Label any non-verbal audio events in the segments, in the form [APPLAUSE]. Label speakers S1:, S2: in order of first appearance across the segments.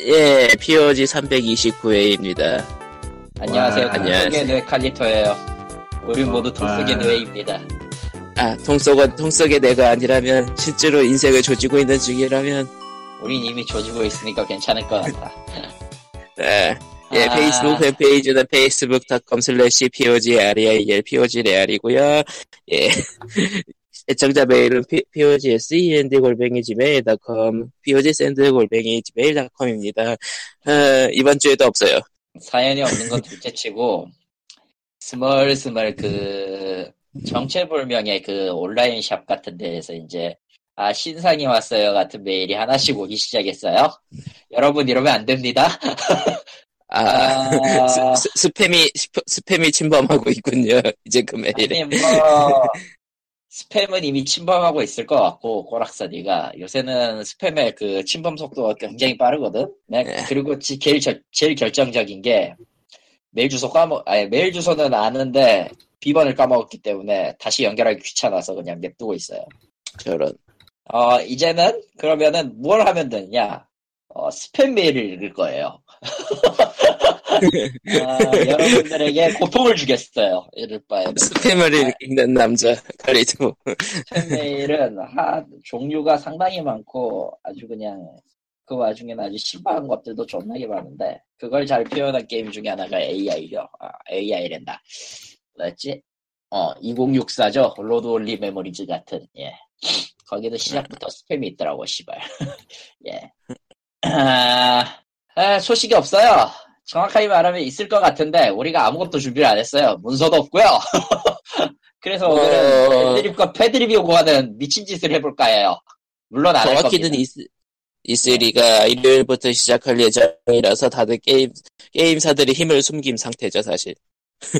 S1: 예, POG 329회입니다.
S2: 안녕하세요.
S3: 와,
S2: 통속의
S1: 아, 안녕하세요.
S2: 뇌 칼리토예요. 우리 모두 통속의
S3: 와.
S2: 뇌입니다.
S1: 아, 통속은 통속의 내가 아니라면, 실제로 인생을 조지고 있는 중이라면,
S2: 우린 이미 조지고 있으니까 괜찮을 것 같다.
S1: 예, [LAUGHS] 예,
S2: 아.
S1: 페이스북 팬페이지는 facebook.com slash POG REAL, POG 레알이고요 예. [LAUGHS] 애청자 메일은 POG SEND 골뱅이 gmail.com, POG 샌드 골뱅이 gmail.com입니다. 어, 이번 주에도 없어요.
S2: 사연이 없는 건 둘째치고 스멀스멀 그 정체불명의 그 온라인 샵 같은 데에서 이제 아 신상이 왔어요 같은 메일이 하나씩 오기 시작했어요. 여러분 이러면 안 됩니다.
S1: 아,
S2: 아,
S1: 스, 스- 스팸이, 스팸이 침범하고 있군요. 이제 그 메일에.
S2: 아니 뭐 스팸은 이미 침범하고 있을 것 같고 꼬락서니가 요새는 스팸의 그 침범 속도가 굉장히 빠르거든. 네,
S1: 예.
S2: 그리고 지- 제일 결, 제일 결정적인 게 메일 주소 까먹 아니 메일 주소는 아는데 비번을 까먹었기 때문에 다시 연결하기 귀찮아서 그냥 냅두고 있어요.
S1: 저런.
S2: 어 이제는 그러면은 뭘 하면 되냐? 어 스팸 메일을 읽을 거예요. [LAUGHS]
S1: [LAUGHS]
S2: 아, 여러분들에게 고통을 주겠어요. 이럴 바에는.
S1: 스팸을 읽는 남자, 뭐, 가리토.
S2: [LAUGHS] 스팸메일은 네, 하, 종류가 상당히 많고 아주 그냥 그 와중에는 아주 신박한 것들도 존나게 많은데 그걸 잘 표현한 게임 중에 하나가 AI죠. 아, AI랜다. 뭐였지? 어, 2064죠. 로드 올리 메모리즈 같은. 예. 거기도
S1: 네.
S2: 시작부터 스팸이 있더라고, 씨발. [LAUGHS] 예. 아, 아, 소식이 없어요. 정확하게 말하면 있을 것 같은데 우리가 아무것도 준비를 안 했어요. 문서도 없고요. [LAUGHS] 그래서
S1: 어.
S2: 오늘은 애드립과 패드립이 오고 하는 미친 짓을 해볼까 해요. 물론 안할 겁니다.
S1: 정확히는 이스, 이스리가 일요일부터 시작할 예정이라서 다들 게임, 게임사들이 힘을 숨긴 상태죠, 사실.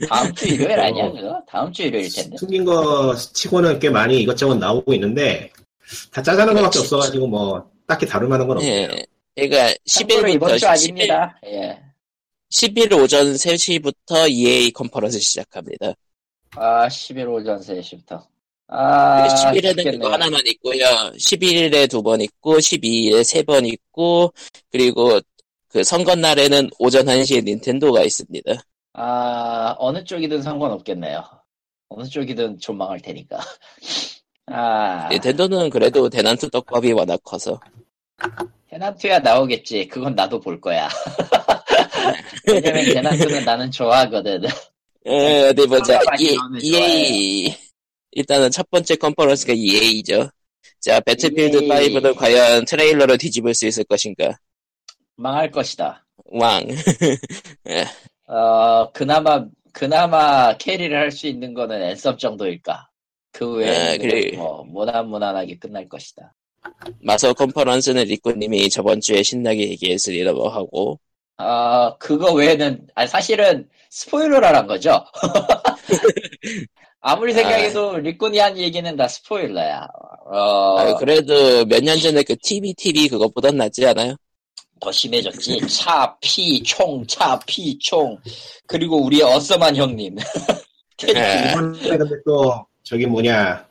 S2: 다음 주 일요일 아니야
S3: 어.
S2: 그거? 다음 주 일요일 텐데.
S3: 숨긴 거 치고는 꽤 많이 이것저것 나오고 있는데 다 짜자는 것밖에 없어가지고 뭐 딱히 다룰 만한 건 없네요.
S1: 예. 그러니까
S2: 참고로
S1: 10일부터
S2: 이번 주 아닙니다. 예.
S1: 10일 오전 3시부터 EA 컨퍼런스 시작합니다.
S2: 아, 11월 오전 3시부터. 아,
S1: 10일에는
S2: 죽겠네요.
S1: 그거 하나만 있고요. 11일에 두 번 있고, 12일에 세 번 있고, 그리고 그 선거 날에는 오전 1시에 닌텐도가 있습니다.
S2: 아, 어느 쪽이든 상관없겠네요. 어느 쪽이든 존망할 테니까. [LAUGHS] 아,
S1: 네, 닌텐도는 그래도 대난투 떡밥이 워낙 커서.
S2: 테난트야 나오겠지. 그건 나도
S1: [LAUGHS]
S2: 볼 거야. 왜냐면 테난트는 나는 좋아하거든. [LAUGHS]
S1: 에, 어디 보자.
S2: 상당히 네. 많이
S1: 예,
S2: 나오네,
S1: EA. 일단은 첫 번째 컨퍼런스가 EA죠. 자, 배틀필드
S2: EA.
S1: 5는 과연 트레일러로 뒤집을 수 있을 것인가?
S2: 망할 것이다.
S1: 왕. [LAUGHS]
S2: 어, 그나마, 그나마 캐리를 할 수 있는 거는 앤썸 정도일까. 그
S1: 아,
S2: 외에
S1: 그래.
S2: 뭐, 무난무난하게 끝날 것이다.
S1: 마소 컨퍼런스는 리코님이 저번 주에 신나게 얘기했으리라고 하고.
S2: 아, 그거 외에는, 아, 사실은 스포일러라란
S1: [LAUGHS]
S2: 거죠. 아무리 생각해도 리콘이 한 얘기는 다 스포일러야. 어,
S1: 아, 그래도 몇 년 전에 그 TV, TV 그것보단 낫지
S2: [LAUGHS]
S1: 않아요?
S2: 더 심해졌지. 차, 피, 총, 차, 피, 총. 그리고 우리의 어썸한 형님.
S1: 예.
S3: 이번에 근데 또 저기 뭐냐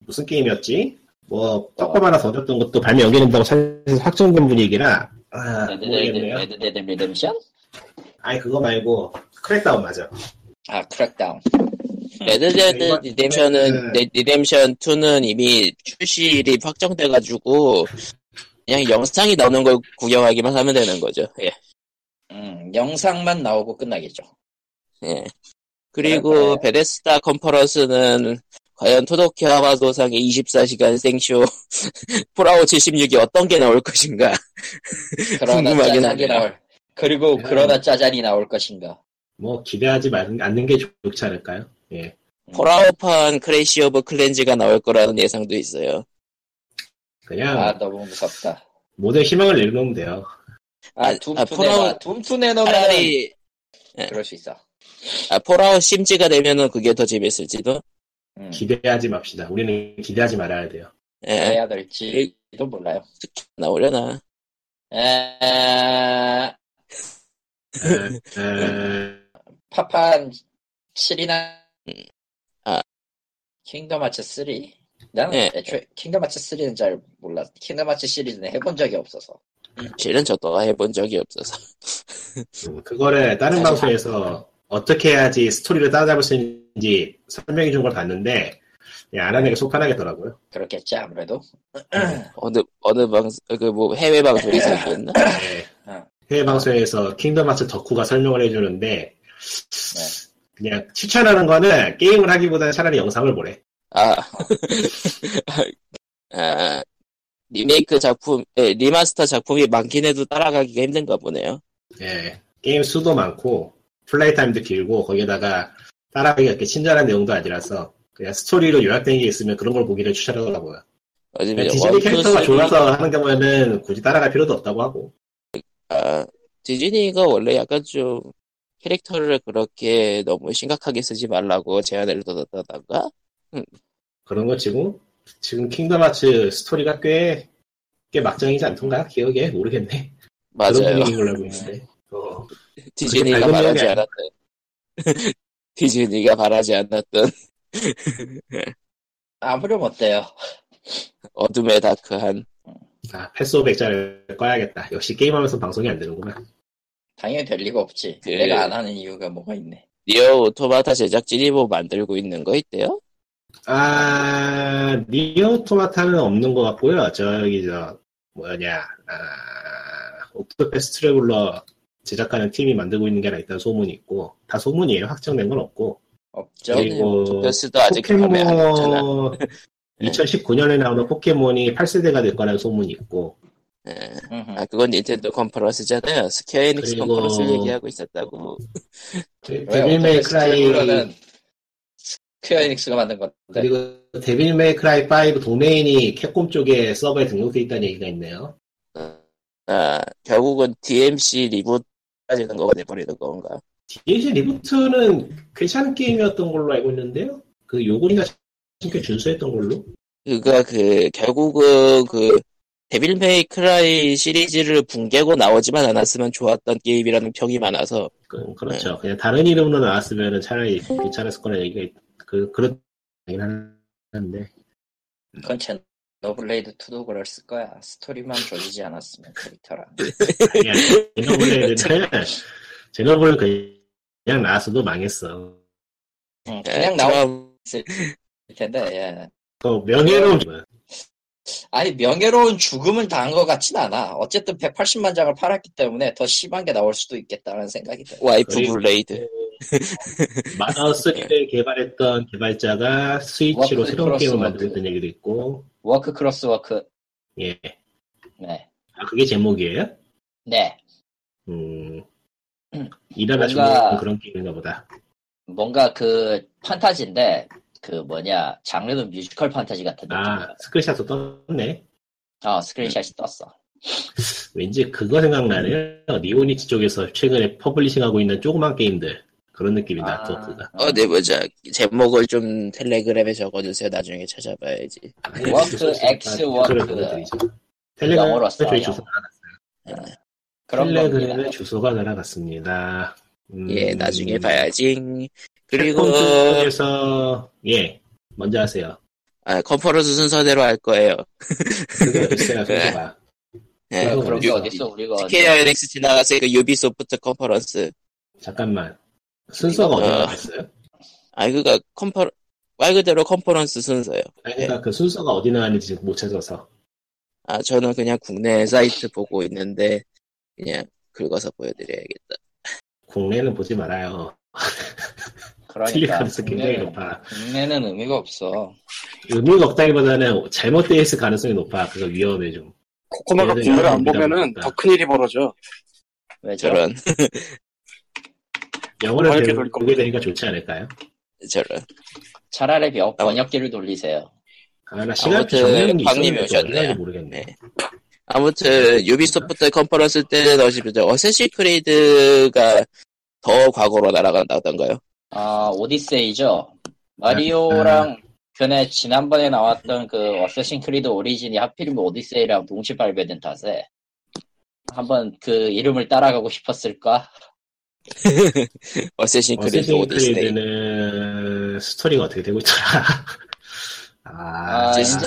S3: 무슨 게임이었지? 뭐 떡밥 하나 던졌던 것도 발매 연기된다고 사실 확정된 분위기라 아, 모르겠네요.
S2: [LAUGHS] 레드데드 리뎀션?
S3: 아니 그거 말고 크랙다운 맞아.
S2: 아, 크랙다운.
S1: 네. 레드데드
S2: 네.
S3: 이번-
S1: 리뎀션은,
S3: 네.
S1: 리뎀션 2는 이미 출시일이 확정돼가지고, 그냥 영상이 나오는 걸 구경하기만 하면 되는 거죠. 예.
S2: 음, 영상만 나오고 끝나겠죠.
S1: 예.
S2: 그럴까요?
S1: 그리고 베데스다 컨퍼런스는 과연 토도키아와 도상의 24시간 생쇼 [LAUGHS] 폴아웃 76이 어떤 게 나올 것인가?
S2: 그러나
S1: 궁금하긴 음.
S2: 짜잔이
S1: 하네요.
S2: 나올. 그리고 그러나 짜잔이 나올 것인가.
S3: 뭐 기대하지 말- 않는 게 좋지 않을까요? 예.
S1: 폴아웃판 크래시 오브 클렌즈가 나올 거라는 예상도 있어요.
S3: 그냥
S1: 음.
S2: 아, 너무 무섭다.
S3: 모두의 희망을 내놓으면 돼요.
S2: 아,
S1: 아,
S2: 둠
S1: 아,
S2: 투
S1: 폴아웃-
S2: 내놔. 둠투 내놓으면
S1: 차라리
S2: 그럴 수 있어.
S1: 아, 폴아웃 심지가 되면은 그게 더 재밌을지도.
S2: 음.
S3: 기대하지 맙시다. 우리는 기대하지 말아야 돼요.
S1: 예.
S2: 해야 될지도 몰라요.
S1: 나오려나.
S2: 에...
S3: 에, [LAUGHS] 에,
S2: 파판 7이나
S1: 음. 아.
S2: 킹덤 하츠 3? 나는
S1: 예.
S3: 네.
S2: 애초에 킹덤 하츠 3는 잘 몰라. 킹덤 하츠 시리즈는 해본 적이 없어서.
S1: 실은 저도 해본 적이 없어서.
S3: 음, 그거를 다른 방송에서 어떻게 해야지 스토리를 따라잡을 수 있는지 설명해 준 걸 봤는데 그냥 안 하는 게 속편하겠더라고요.
S2: 그렇겠지 아무래도
S1: 어느, 어느 방송, 그 뭐 해외
S2: [LAUGHS]
S1: 방송에서 얘기했나?
S3: 네. 해외 방송에서 킹덤 하츠 덕후가 설명을 해주는데 그냥 추천하는 거는 게임을 하기보다 는 차라리 영상을 보래.
S1: 아, [LAUGHS] 아, 리메이크 작품, 예, 리마스터 작품이 많긴 해도 따라가기가 힘든가 보네요.
S3: 예, 게임 수도 많고 플레이 타임도 길고 거기에다가 따라하기가 그렇게 친절한 내용도 아니라서 그냥 스토리로 요약된 게 있으면 그런 걸 보기를 추천하더라고요.
S1: 요즘에
S3: 네, 디즈니
S1: 원, 투,
S3: 캐릭터가
S1: 쓰리-
S3: 좋아서 하는 경우에는 굳이 따라갈 필요도 없다고 하고
S1: 아, 디즈니가 원래 약간 좀 캐릭터를 그렇게 너무 심각하게 쓰지 말라고 제안을 뒀다던가?
S3: 그런 거 치고 지금 킹덤 하츠 스토리가 꽤, 꽤 막장이지 않던가 기억에 모르겠네 그런
S1: 맞아요.
S3: 분위기인 걸로 알고 있는데 어,
S1: 디즈니가
S3: 밝은
S1: 바라지
S3: 면이 아니야.
S1: 않았던. [LAUGHS] 디즈니가 바라지 않았던
S2: 아무렴 어때요?
S1: 어둠의 다크한.
S3: 아, 패스 500자를 꺼야겠다 역시 게임하면서 방송이 안 되는구만
S2: 당연히 될 리가 없지.
S1: 그-
S2: 내가 안 하는 이유가 뭐가 있네.
S1: 니어 오토마타 제작진이 뭐 만들고 있는 거 있대요?
S3: 아 니오 토마타는 없는 것 같고요 저기 저 뭐냐 아, 옥토패스 트래블러 제작하는 팀이 만들고 있는 게 하나 있다는 소문이 있고 다 소문이에요 확정된 건 없고
S2: 없죠.
S1: 네.
S3: 그리고
S1: 토패스도 아직
S3: 포켓몬
S1: 발매 안 했잖아.
S3: [LAUGHS]
S1: [LAUGHS]
S3: 2019년에 나오는 포켓몬이 8세대가 될 거라는 소문이 있고
S1: 예.
S2: 음흠.
S1: 아 그건 닌텐도 컨퍼런스잖아요. 스퀘어 에닉스
S3: 그리고-
S1: 컨퍼런스 얘기하고 있었다고.
S3: 네,
S2: 어,
S3: 데빌메이 크라이
S2: 스크라이는 네. 스퀘어닉스가 만든 건데.
S3: 그리고 데빌메이 크라이 5 도메인이 캡콤 쪽에 서버에 등록돼 있다는 얘기가 있네요.
S1: 아 결국은 DMC 리부까지 된 거가 돼버리는 건가?
S3: DLC 리부트는 괜찮은 게임이었던 걸로 알고 있는데요. 그 요구리가 꽤 준수했던 걸로.
S1: 그가 그 결국은 그 데빌 메이 크라이 시리즈를 붕괴고 나오지만 않았으면 좋았던 게임이라는 평이 많아서
S3: 그, 그렇죠. 그냥 다른 이름으로 나왔으면 차라리 괜찮았을 거라는 얘기가 있, 그 그렇긴 한데.
S2: 그건 제노블레이드 2도 그랬을 거야. 스토리만 조지지 않았으면 캐릭터랑.
S3: 아니야. 제노블레이드는 제노블 그냥 나왔어도 망했어.
S2: 응,
S1: 예,
S2: 네, 그냥 나올
S1: 처음-
S2: 텐데. 예.
S3: 그 명예로운 거야.
S2: 아니 명예로운 죽음을 당한 것 같진 않아. 어쨌든 180만 장을 팔았기 때문에 더 심한 게 나올 수도 있겠다는 생각이 들어.
S1: 와이프
S3: 그리고-
S1: 블레이드
S3: 마더스를 개발했던 개발자가 스위치로
S2: 워크
S3: 새로운
S2: 크로스
S3: 게임을
S2: 워크.
S3: 만들었던 얘기도 있고
S2: 워크 크로스 워크.
S3: 예.
S2: 네.
S3: 아 그게 제목이에요?
S2: 네.
S3: 음 일하다 죽는
S2: 뭔가-
S3: 그런 게임인가 보다
S2: 뭔가 그 판타지인데 그 뭐냐 장르는 뮤지컬 판타지 같은
S3: 아
S2: 느낌이야.
S3: 스크린샷도 떴네
S2: 어 스크린샷이 떴어.
S3: 왠지 그거 생각나네요 니오니치 쪽에서 최근에 퍼블리싱하고 있는 조그만 게임들 그런 느낌이다
S2: 아,
S3: 아트워크가
S1: 어, 네, 보자. 제목을 좀 텔레그램에 적어주세요. 나중에 찾아봐야지.
S2: 워크 엑스 워크. 영어로
S3: 텔레그램에
S2: 써요.
S3: 주소가
S2: 그런
S3: 텔레그램에
S2: 겁니다.
S3: 주소가 날아갔습니다 음,
S1: 예, 나중에 봐야지. 그리고,
S3: 캡콤 쪽에서 예 먼저 하세요.
S1: 아, 컨퍼런스 순서대로 할 거예요.
S3: 그거
S1: [LAUGHS]
S3: 있어요,
S1: 네.
S3: 소개가.
S1: 예,
S3: 그거
S2: 네, 그런 게
S3: 어디서?
S2: 어딨어 우리가
S1: TKR NX 지나가서 그 유비소프트 컨퍼런스.
S3: 잠깐만. 순서가 어디로
S1: 어.
S3: 나왔어요?
S1: 아, 그니까, 컨퍼, 말 그대로 컨퍼런스 순서요.
S3: 아니, 그러니까 그 순서가 어디 나왔는지 지금 못 찾아서.
S1: 아, 저는 그냥 국내 사이트 보고 있는데, 그냥 긁어서 보여드려야겠다.
S3: 국내는 보지 말아요. 틀릴
S2: 그러니까
S3: 가능성 굉장히
S2: 국내는,
S3: 높아.
S2: 국내는 의미가 없어.
S3: 의미가 없다기보다는 잘못되어 있을 가능성이 높아. 그거 위험해 좀.
S4: 코코마가
S3: 얘는
S4: 국내를 안
S3: 영어입니다,
S4: 보면은
S3: 보니까.
S4: 더 큰 일이 벌어져.
S2: 왜죠?
S1: 저런,
S4: 뭐
S3: 영어를
S4: 이렇게
S3: 배우- 보게
S4: 돌릴 겁니다.
S3: 되니까 좋지 않을까요?
S1: 저런.
S2: 차라리 명- 번역기를 돌리세요.
S3: 아, 나 시간
S1: 아무튼
S3: 정리하는 게
S1: 광님이
S3: 있었는데 어떻게
S1: 오셨네요.
S3: 하는지 모르겠네.
S1: 네. 아무튼 유비소프트 컨퍼런스 때는 어시죠 어쌔신 크리드가 더 과거로 날아간다던가요?
S2: 아, 오디세이죠. 마리오랑
S4: 네.
S2: 전에 지난번에 나왔던 그 어쌔신 크리드 오리진이 하필이면 뭐 오디세이랑 동시 발매된 탓에 한번 그 이름을 따라가고 싶었을까?
S1: 어쌔신 크리드
S3: 어쌔신
S1: 네, 오디세이.
S3: 크리드는 스토리가 어떻게 되고 있더라. [LAUGHS] 아,
S2: 아,
S1: 이제
S2: 이제 더 이상-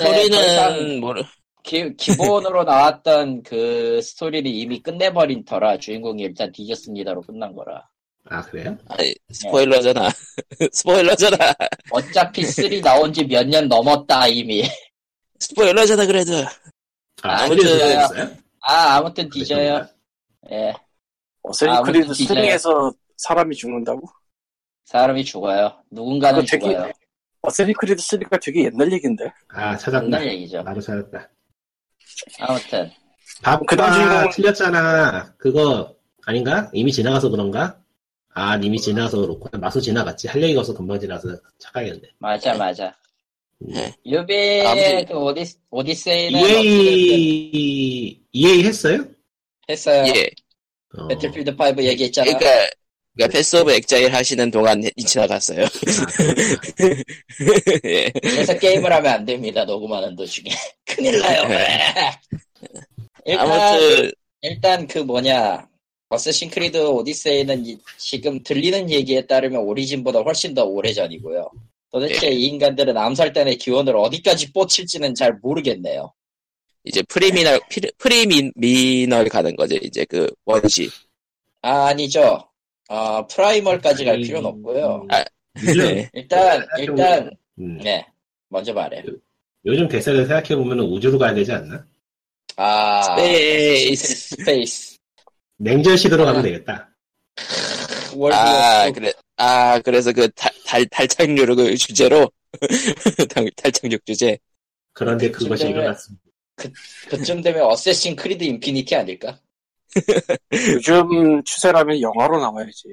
S1: 스토리는 모르
S2: 기,
S4: [LAUGHS]
S2: 기본으로 나왔던 그 스토리를 이미 끝내버린 터라 주인공이 일단 뒤졌습니다로 끝난 거라
S3: 아 그래요?
S1: 아니, 스포일러잖아. [LAUGHS] 스포일러잖아.
S2: 어차피 3 나온 지 몇 년 넘었다 이미
S1: 스포일러잖아, 그래도.
S3: 아,
S1: 아,
S3: 소리에서
S1: 그-
S3: 들었어요?
S2: 아 아무튼 뒤져요 예
S4: 어세이크리드
S2: 아무튼
S4: 스
S2: 진짜-
S4: 리에서 사람이 죽는다고?
S2: 사람이 죽어요 누군가는
S4: 아, 그거 되게-
S2: 죽어요
S4: 어세이크리드 3가 되게 옛날 얘기인데
S3: 아 찾았다.
S2: 옛날 얘기죠
S3: 바로 찾았다.
S2: 아무튼
S3: 밥
S4: 그다음 뭐-
S3: 아,
S4: 주인공은-
S3: 틀렸잖아. 그거 아닌가? 이미 지나가서 그런가? 아 이미 지나가서 그렇구나. 마수 지나갔지. 할 얘기가 없어 금방 지나서 착각했네.
S2: 맞아 맞아
S1: 네.
S2: 유비의
S1: 아무튼-
S2: 그 오디스, 오디세이는 어떻게든
S3: EA EA 했어요?
S2: 했어요
S1: 예.
S3: 어.
S2: 네. 배틀필드 5 얘기했잖아
S1: 그러니까 그러니까 패스 오브 액자일 하시는 동안 이 지나갔어요. [LAUGHS] 예.
S2: 그래서 게임을 하면 안 됩니다. 녹음하는 도중에 [LAUGHS] 큰일 나요. 일단
S1: 네. 아무튼
S2: 일단 그 뭐냐 어쌔신 크리드 오디세이는 이- 지금 들리는 얘기에 따르면 오리진보다 훨씬 더 오래 전이고요.
S1: 예.
S2: 도대체 이 인간들은 암살단의 기원을 어디까지 뻗칠지는 잘 모르겠네요.
S1: 이제 프리미널 피- 프리미널 가는 거죠. 이제 그 원시.
S2: 아, 아니죠. 아 프라이멀까지 갈 필요는 없고요.
S1: 아.
S3: 요즘,
S4: 네.
S3: 네,
S2: 일단
S3: 아,
S2: 일단
S3: 음,
S2: 네 먼저 말해.
S3: 요즘 대세를 생각해 보면 우주로 가야 되지 않나?
S2: 아
S1: 네, 예, 스페이스.
S3: [LAUGHS]
S2: 스페이스
S3: 냉전 시대로 가면
S2: 아.
S3: 되겠다.
S2: 월드
S1: 아
S2: 워프.
S1: 그래 아 그래서 그달 달착륙을 주제로 [LAUGHS] 달- 달착륙 주제.
S3: 그런데 그것이
S2: 그쯤에-
S3: 일어났습니다.
S2: 그쯤 되면 어쌔신 크리드 인피니티 아닐까?
S4: 요즘 추세라면 영화로 나와야지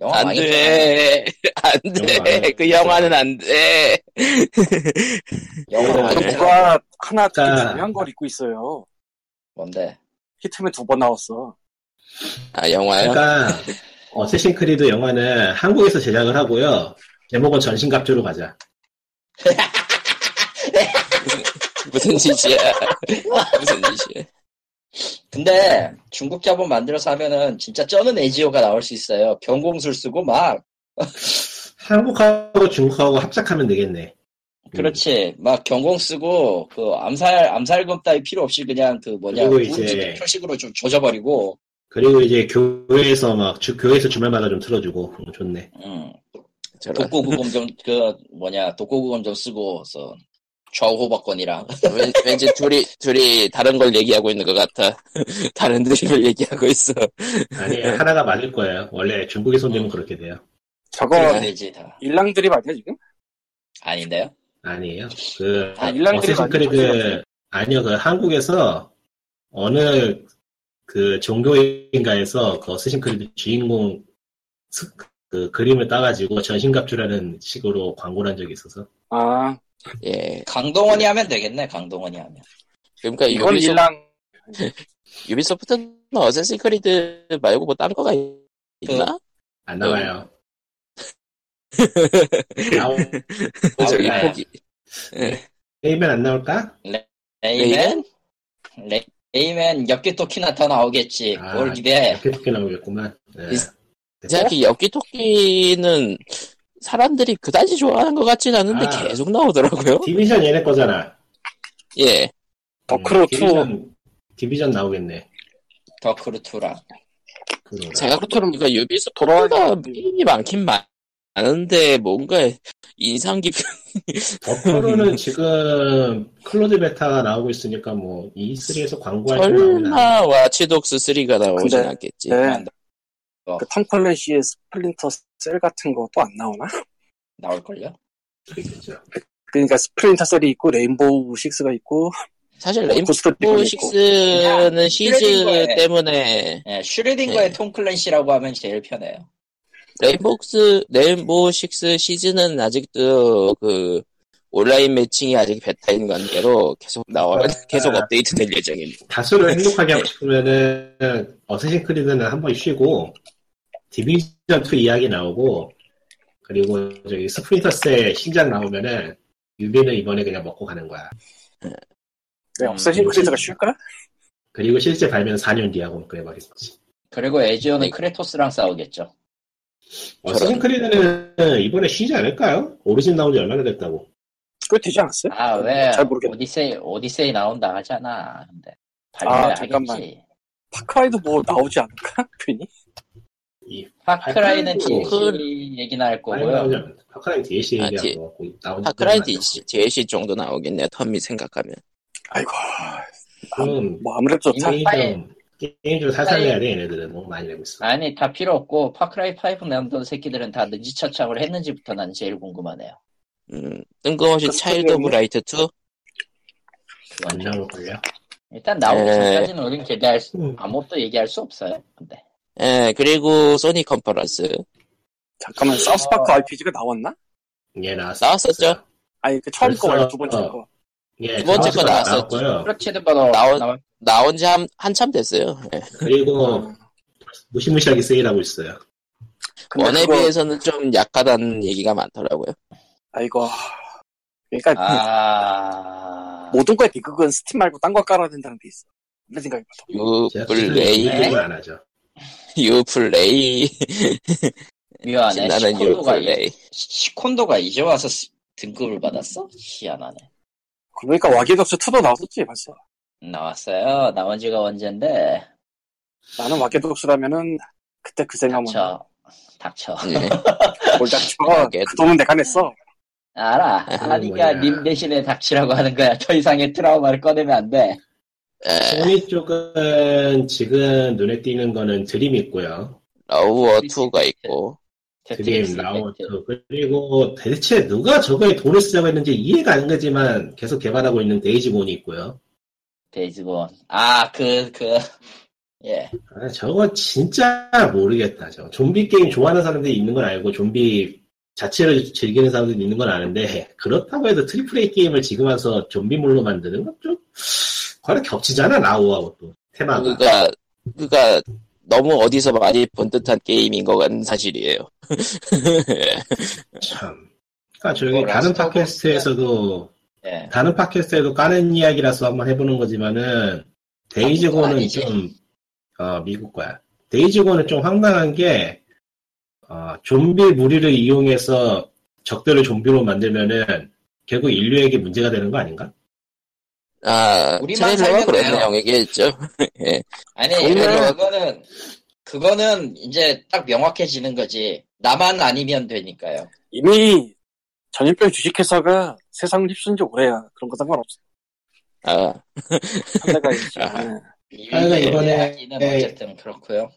S2: 영화
S1: 안
S2: 망했잖아.
S1: 돼. 안
S3: 영화 안
S1: 돼.
S3: 해.
S1: 그 영화는 안 돼.
S2: 영화
S1: 네.
S2: 망했잖아.
S4: 어, 누가 하나 되게
S3: 그러니까-
S4: 중요한 걸 잊고 있어요
S2: 뭔데?
S4: 히트맨 두 번 나왔어
S1: 아 영화요?
S3: 그러니까 어쌔신 크리드 영화는 한국에서 제작을 하고요. 제목은 전신갑주로 가자.
S1: 무슨 짓이야?
S3: [LAUGHS]
S1: 무슨 짓이야?
S2: 근데 중국 자본 만들어서 하면은 진짜 쩌는 에지오가 나올 수 있어요. 경공술 쓰고 막
S3: 한국하고 중국하고 합작하면 되겠네. 음.
S2: 그렇지 막 경공 쓰고 그 암살 암살금 따위 필요 없이 그냥 그 뭐냐
S3: 그리고 이제-
S2: 구운지 표식으로 좀 조져버리고
S3: 그리고 이제 교회에서 막 주, 교회에서 주말마다 좀 틀어주고 음, 좋네.
S2: 음,
S1: 저런.
S2: 독고구검 좀 그 뭐냐 독고구검 좀 쓰고서 좌우호박권이랑
S1: 왠, 왠지 둘이 둘이 다른 걸 얘기하고 있는 것 같아. [LAUGHS] 다른 드립을 얘기하고 있어.
S3: 아니 하나가 맞을 거예요. 원래 중국에 손대면 그렇게 돼요.
S4: 저거
S2: 되지 다
S4: 일랑드립 아니야 지금?
S2: 어. 아닌데요?
S3: 아니에요. 그
S2: 아,
S4: 일랑들이
S3: 어쌔신
S4: 많이
S3: 크리드 아니요 그 한국에서 어느 그 종교인가에서 그 어쌔신 크리드 주인공 스- 그 그림을 따가지고 전신갑주라는 식으로 광고를 한 적이 있어서
S4: 아
S1: 예.
S2: 강동원이 하면 되겠네 강동원이 하면
S1: 그러니까
S4: 이건
S1: 유비소,
S4: 일랑
S1: 유비소프트는 어쌔신 크리드 말고 뭐 다른 거가 있나? 아,
S3: 안 나와요. 나오-
S1: 그, 저기
S2: 네.
S1: 포기.
S3: 게임엔 안 나올까?
S2: 레이맨 레- 레이맨 엽기 토키나 더 나오겠지
S3: 아,
S2: 뭘
S1: 네.
S2: 기대해
S3: 이렇게 좋게 나오겠구만. 네.
S1: 이상하게 엽기 토끼는 그 사람들이 그다지 좋아하는 것 같진 않은데
S3: 아.
S1: 계속 나오더라고요.
S3: 디비전 얘네 거잖아.
S1: 예.
S3: 음,
S4: 더크루 2
S3: 디비전, 디비전 나오겠네.
S2: 더크루투랑
S3: 그거랑.
S1: 생각처럼 그러니까 유비소프트가
S4: 돌아가는
S1: 게임이 많긴 많. 많은데 뭔가 인상 깊은 음.
S3: 더크루는 지금 클로드 베타가 나오고 있으니까 뭐 E3에서 광고할 때 나오나
S1: 설마 와치독스 3가 나오진
S4: 근데-
S1: 않겠지.
S4: 네.
S2: 어.
S4: 그 탐컬레시의 스플린터 셀 같은 거 또 안 나오나?
S2: 나올걸요?
S3: 그겠죠.
S4: 그러니까 스플린터 셀이 있고 레인보우 6가 있고
S1: 사실 레인보우
S4: 고스트 리콘이 있고
S1: 6는
S2: 아, 플레이인
S1: 시즈
S2: 거에.
S1: 때문에
S2: 예, 슈레딩거의
S1: 네.
S2: 톰 클랜시라고 하면 제일 편해요.
S1: 레인보우스 레인보우 6 시즌은 아직도 그 온라인 매칭이 아직 베타인 관계로 계속 나와
S4: 아,
S1: 계속 업데이트될 예정입니다.
S3: 다수를 행복하게 하고 싶으면은 어쌔신 크리드는 한 번 쉬고 디비전 2 이야기 나오고 그리고 저기 스프린터스의 신작 나오면은 유비는 이번에 그냥 먹고 가는 거야.
S4: 네,
S3: 음.
S4: 어쌔신 크리드가 쉴까?
S3: 그리고 실제 발매는 4년 뒤하고 그래버리겠지.
S2: 그리고 에지오는
S1: 네.
S2: 크레토스랑 싸우겠죠.
S3: 어, 어쌔신 크리드는 이번에 쉬지 않을까요? 오리진 나온 지 얼마나 됐다고.
S4: 꽤 되지 않았어요? 음,
S2: 아, 왜?
S4: 잘 모르겠네.
S2: 오디세이, 오디세이 나온다 하잖아. 근데.
S4: 아,
S2: 발매를
S4: 잠깐만.
S2: 하겠지.
S4: 파크라이도 뭐 나오지 않을까? [LAUGHS] 괜히?
S2: 파크라이는
S3: 발매도-
S4: 그
S2: DLC 얘기나 할
S3: 많이 나오지
S2: 거고요.
S3: 않나? 파크라인 DLC
S1: 아,
S3: 얘기하고
S1: 디-
S3: 나오고 나오는
S1: 파크라인
S3: 것만
S1: DLC, DLC 정도 나오겠네요. 텀미 생각하면.
S4: 아이고,
S3: 그건
S4: 뭐 아무래도 좋다.
S2: 이미-
S3: 게임 좀 게임 좀 살살해야 돼 얘네들은 너무 많이 내고 있어.
S2: 아니, 다 필요 없고, 파크라이 5 남던 새끼들은 다 능지차창을 했는지부터 난 제일 궁금하네요.
S1: 음, 뜬금없이
S4: 그
S1: 차일드 오브
S4: 스토리였네?
S1: 라이트 2?
S3: 안 나올 걸요.
S2: 일단 나오기
S1: 에.
S2: 전까지는 우린 기대할 수,
S3: 음.
S2: 아무것도 얘기할 수 없어요. 근데.
S1: 예, 그리고 소니 컨퍼런스.
S4: 잠깐만, 사우스파크
S1: 아.
S4: RPG가 나왔나?
S3: 예 나왔어.
S1: 나왔었죠?
S4: 아니, 그 처음
S3: 벌써-
S4: 거 말고 두 번째
S3: 어.
S4: 거.
S3: 예,
S1: 두 번째 거
S3: 나왔었죠.
S1: 나왔었죠.
S3: 나왔고요.
S2: 프로치드 번호
S1: 뭐, 어, 나온-
S2: 나올
S1: 나온 지 한, 한참 됐어요. 예.
S3: 그리고 무시무시하게 세일하고 있어요.
S4: 음, 근데
S1: 원에
S4: 그거-
S1: 비해서는 좀 약하다는 얘기가 많더라고요.
S4: 아이고. 그러니까
S2: 아.
S4: 모든 거에 비극은 스팀 말고 딴 거 깔아야 된다는 게 있어. 내 생각입니다.
S1: 유
S3: 제가
S1: 플레이,
S2: 네.
S3: 비교를 안 하죠.
S1: [LAUGHS] 유 플레이,
S2: 미안해.
S1: 신나는 유
S2: 아, 네, 시콘도가, 이-
S1: 플레이.
S2: 시- 시콘도가 이제 와서 스- 등급을 받았어? 희한하네.
S4: 그러니까 와게덕스 2도 나왔었지, 벌써.
S2: 음, 나왔어요. 나온 지가 언젠데.
S4: 나는 와게덕스라면은 그때 그 생각만
S2: 닥쳐. 닥쳐.
S1: 네.
S4: 뭘 닥쳐.
S1: [LAUGHS] 와게덕.
S4: 그 돈은 내가 냈어.
S2: 알아.
S1: 그건
S2: 하니까
S3: 뭐냐.
S2: 님 대신에 닥치라고 하는 거야. 더 이상의 트라우마를 꺼내면 안 돼.
S1: 예,
S3: 소니 쪽은 지금 눈에 띄는 거는 드림 있고요.
S2: 아,
S1: 러우어 2가 있고.
S3: 드림
S2: 테트리스 이펙트.
S3: 라운드 네. 그리고 대체 누가 저거에 돈을 쓰자고 했는지 이해가 안 가지만 계속 개발하고 있는 데이지몬이 있고요.
S2: 데이즈본. 아, 그, 그. 예.
S3: 아, 저거 진짜 모르겠다. 저 좀비 게임 좋아하는 사람들이 있는 건 알고 좀비 자체를 즐기는 사람들이 있는 건 아는데 그렇다고 해도 트리플 A 게임을 지금 와서 좀비물로 만드는 건좀 과연 겹치잖아 나우하고 또
S2: 아,
S3: 테마가
S1: 그가, 그가 너무 어디서 많이 본 듯한 게임인 것 같은 사실이에요.
S3: 참. 그러니까 저기
S2: 뭐, 라스트
S3: 다른
S2: 오브
S3: 팟캐스트에서도
S2: 예.
S3: 다른 팟캐스트에도 까는 이야기라서 한번 해보는 거지만은 데이지고는
S2: 아니지.
S3: 좀 어, 미국 거야. 데이지고는 좀 황당한 게 어, 좀비 무리를 이용해서 적들을 좀비로 만들면은 결국 인류에게 문제가 되는 거 아닌가?
S1: 아,
S2: 우리만
S1: 트레일러가
S2: 살면
S1: 그런
S2: 돼요.
S1: 내용이긴 했죠.
S2: 아니,
S1: 정말-
S2: 그거는, 그거는 이제 딱 명확해지는 거지. 나만 아니면 되니까요.
S4: 이미 전염병 주식회사가 세상을 휩쓴 지 오래야. 그런 거 상관없어.
S1: 아,
S4: 상대가 있지.
S1: 아하.
S3: 그러니까 이번에-
S2: 이야기는 어쨌든 그렇고요.